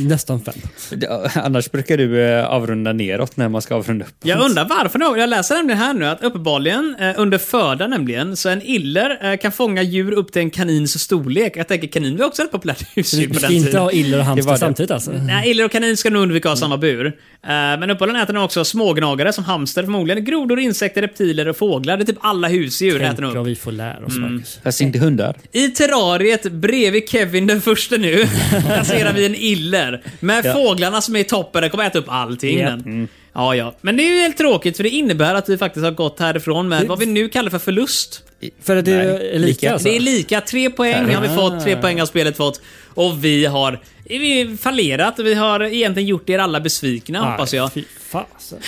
S2: Nästan fem.
S8: Ja,
S3: Annars brukar du eh, avrunda neråt när man ska avrunda upp.
S1: Jag undrar varför då? Jag läser nämligen här nu att uppenbarligen, eh, under föda nämligen, så en iller eh, kan fånga djur upp till en kanins storlek. Jag tänker kanin var också ett populärt husdjur
S2: Vi
S1: Typ på
S2: ska
S1: den
S2: inte
S1: tiden.
S2: ha iller och hamster
S3: var det.
S2: samtidigt alltså.
S1: Nej, iller och kanin ska nog undvika att ha samma bur. Eh, Men uppenbarligen äter de också smågnagare som hamster förmodligen. Grodor, insekter, reptiler och fåglar. Det är typ alla husdjur äter de
S2: Tänk
S1: upp.
S2: vad vi får lära oss Marcus.
S3: Fast inte hundar.
S1: I terrariet bredvid Kevin den första nu placerar vi en iller. Men fåglarna som är i toppen, den kommer äta upp allting.
S2: Japp.
S1: den. Ja, ja. Men det är ju helt tråkigt för det innebär att vi faktiskt har gått härifrån med vad vi nu kallar för förlust.
S2: För att det är lika
S1: Det är
S2: alltså. Ah.
S1: lika. Tre poäng har vi fått, tre poäng har spelet fått. Och vi har vi fallerat. Vi har egentligen gjort er alla besvikna hoppas jag.
S2: Ah, Fy fasen.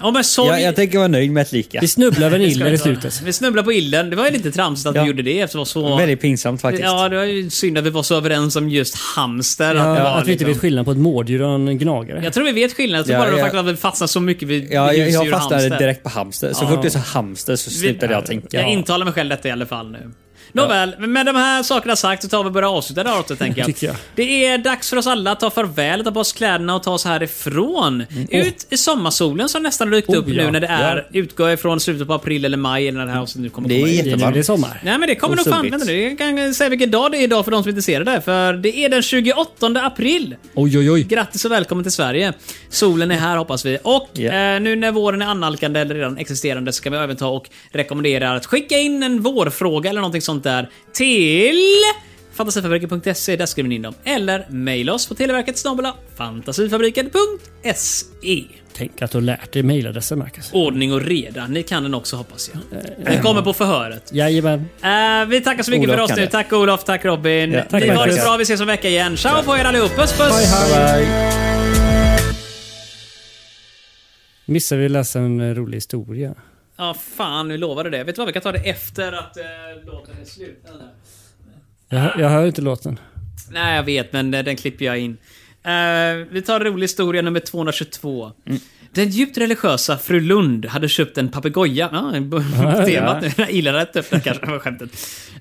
S1: Ja, men sorg...
S8: Jag, jag tänker vara nöjd med ett lika.
S2: Vi snubblar över en
S1: ska
S2: iller
S1: vi
S2: i
S1: ta.
S2: slutet.
S1: Vi snubblade på illen. Det var ju lite tramsigt att
S8: Ja.
S1: vi gjorde det eftersom det var så...
S8: Väldigt pinsamt faktiskt.
S1: Ja, det var ju synd att vi var så överens om just hamster. att det
S2: Ja,
S1: var, liksom-
S2: att vi inte vet skillnad på ett mårddjur och en gnagare.
S1: Jag tror vi vet skillnaden. Jag tror
S8: Ja,
S1: bara det var
S8: ja.
S1: faktum att vi fastnade så mycket vid
S8: Ja, jag,
S1: vid
S8: jag
S1: husdjur och
S8: fastnade
S1: hamster.
S8: direkt på hamster. Så fort du sa hamster så
S1: Vi-
S8: slutade jag tänka.
S1: Jag intalar mig själv detta i alla fall nu. Nåväl, med de här sakerna sagt så tar vi börja avsluta det här avsnittet tänker
S2: Tycker
S1: jag.
S2: jag.
S1: Det är dags för oss alla att ta farväl, ta på oss kläderna och ta oss härifrån.
S8: Mm.
S1: Ut i sommarsolen som nästan har dykt upp
S8: Oh,
S2: ja,
S1: nu när det är, utgår jag ifrån, slutet på april eller maj eller när det här avsnittet nu kommer
S8: Det
S1: komma
S8: är
S1: ut.
S2: Det är nu det är
S8: jättevarmt.
S2: sommar.
S1: Nej men det kommer nog fan...
S8: Osuligt.
S1: Vänta nu, jag kan säga vilken dag det är idag för de som är intresserade. Där, för det är den 28 april.
S2: Oj, oj, oj.
S1: Grattis och välkommen till Sverige. Solen är här hoppas vi. Och
S8: Ja.
S1: eh, nu när våren är annalkande eller redan existerande så kan vi även ta och rekommendera att skicka in en vårfråga eller någonting sånt där till fantasifabriken.se. Där skriver ni in dem. Eller mejla oss på televerket snabel-a fantasifabriken.se.
S2: Tänk att du har lärt dig mejladressen, Marcus.
S1: Ordning och reda. Ni kan den också hoppas jag. Den kommer på förhöret.
S2: Jajamän.
S1: Eh, vi tackar så mycket
S8: Olof
S1: för oss
S8: kan
S1: nu.
S8: det.
S1: Tack Olof, tack Robin.
S8: Ja,
S1: ni
S2: tack,
S1: har det så
S2: tack.
S1: bra. Vi ses om en vecka igen. Ciao på er allihop. Puss puss!
S2: Missar vi läsa en rolig historia?
S1: Ja, fan, vi lovade det. Vet du vad, vi kan ta det efter att eh, låten är slut. Eller?
S2: Jag, hör- jag hör inte låten.
S1: Nej, jag vet, men eh, den klipper jag in. Eh, vi tar rolig historia nummer 222. Den djupt religiösa fru Lund hade köpt en papegoja, ja, en b- temat nu, jag gillar rätt efter kanske, det var skämtet.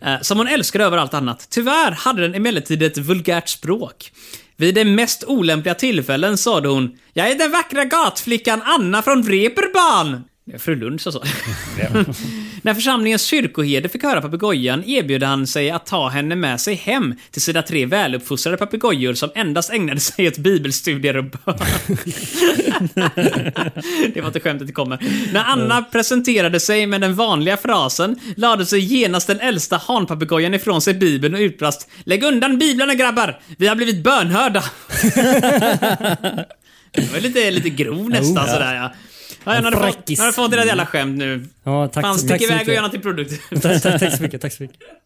S1: Eh, som hon älskade över allt annat. Tyvärr hade den emellertid ett vulgärt språk. Vid de mest olämpliga tillfällen sade hon “Jag är den vackra gatflickan Anna från Vreperban”. Det är Fru Lund som sa det. När församlingens kyrkoherde fick höra papegojan erbjöd han sig att ta henne med sig hem till sina tre väluppfostrade papegojor som endast ägnade sig åt bibelstudier och bön. det var inte skämtet det kommer. När Anna presenterade sig med den vanliga frasen lade sig genast den äldsta hanpapegojan ifrån sig bibeln och utbrast “Lägg undan biblarna grabbar! Vi har blivit bönhörda!” Det var lite, lite grov nästan sådär ja. Ja, jag hade fått,
S2: fräckis.
S1: jag hade fått era jävla skämt nu.
S2: Ja, tack,
S1: Fan,
S2: tack
S1: stick
S2: så
S1: iväg och gör någonting
S2: mycket.
S1: produktivt.
S2: Tack, tack, tack så mycket. Tack så mycket.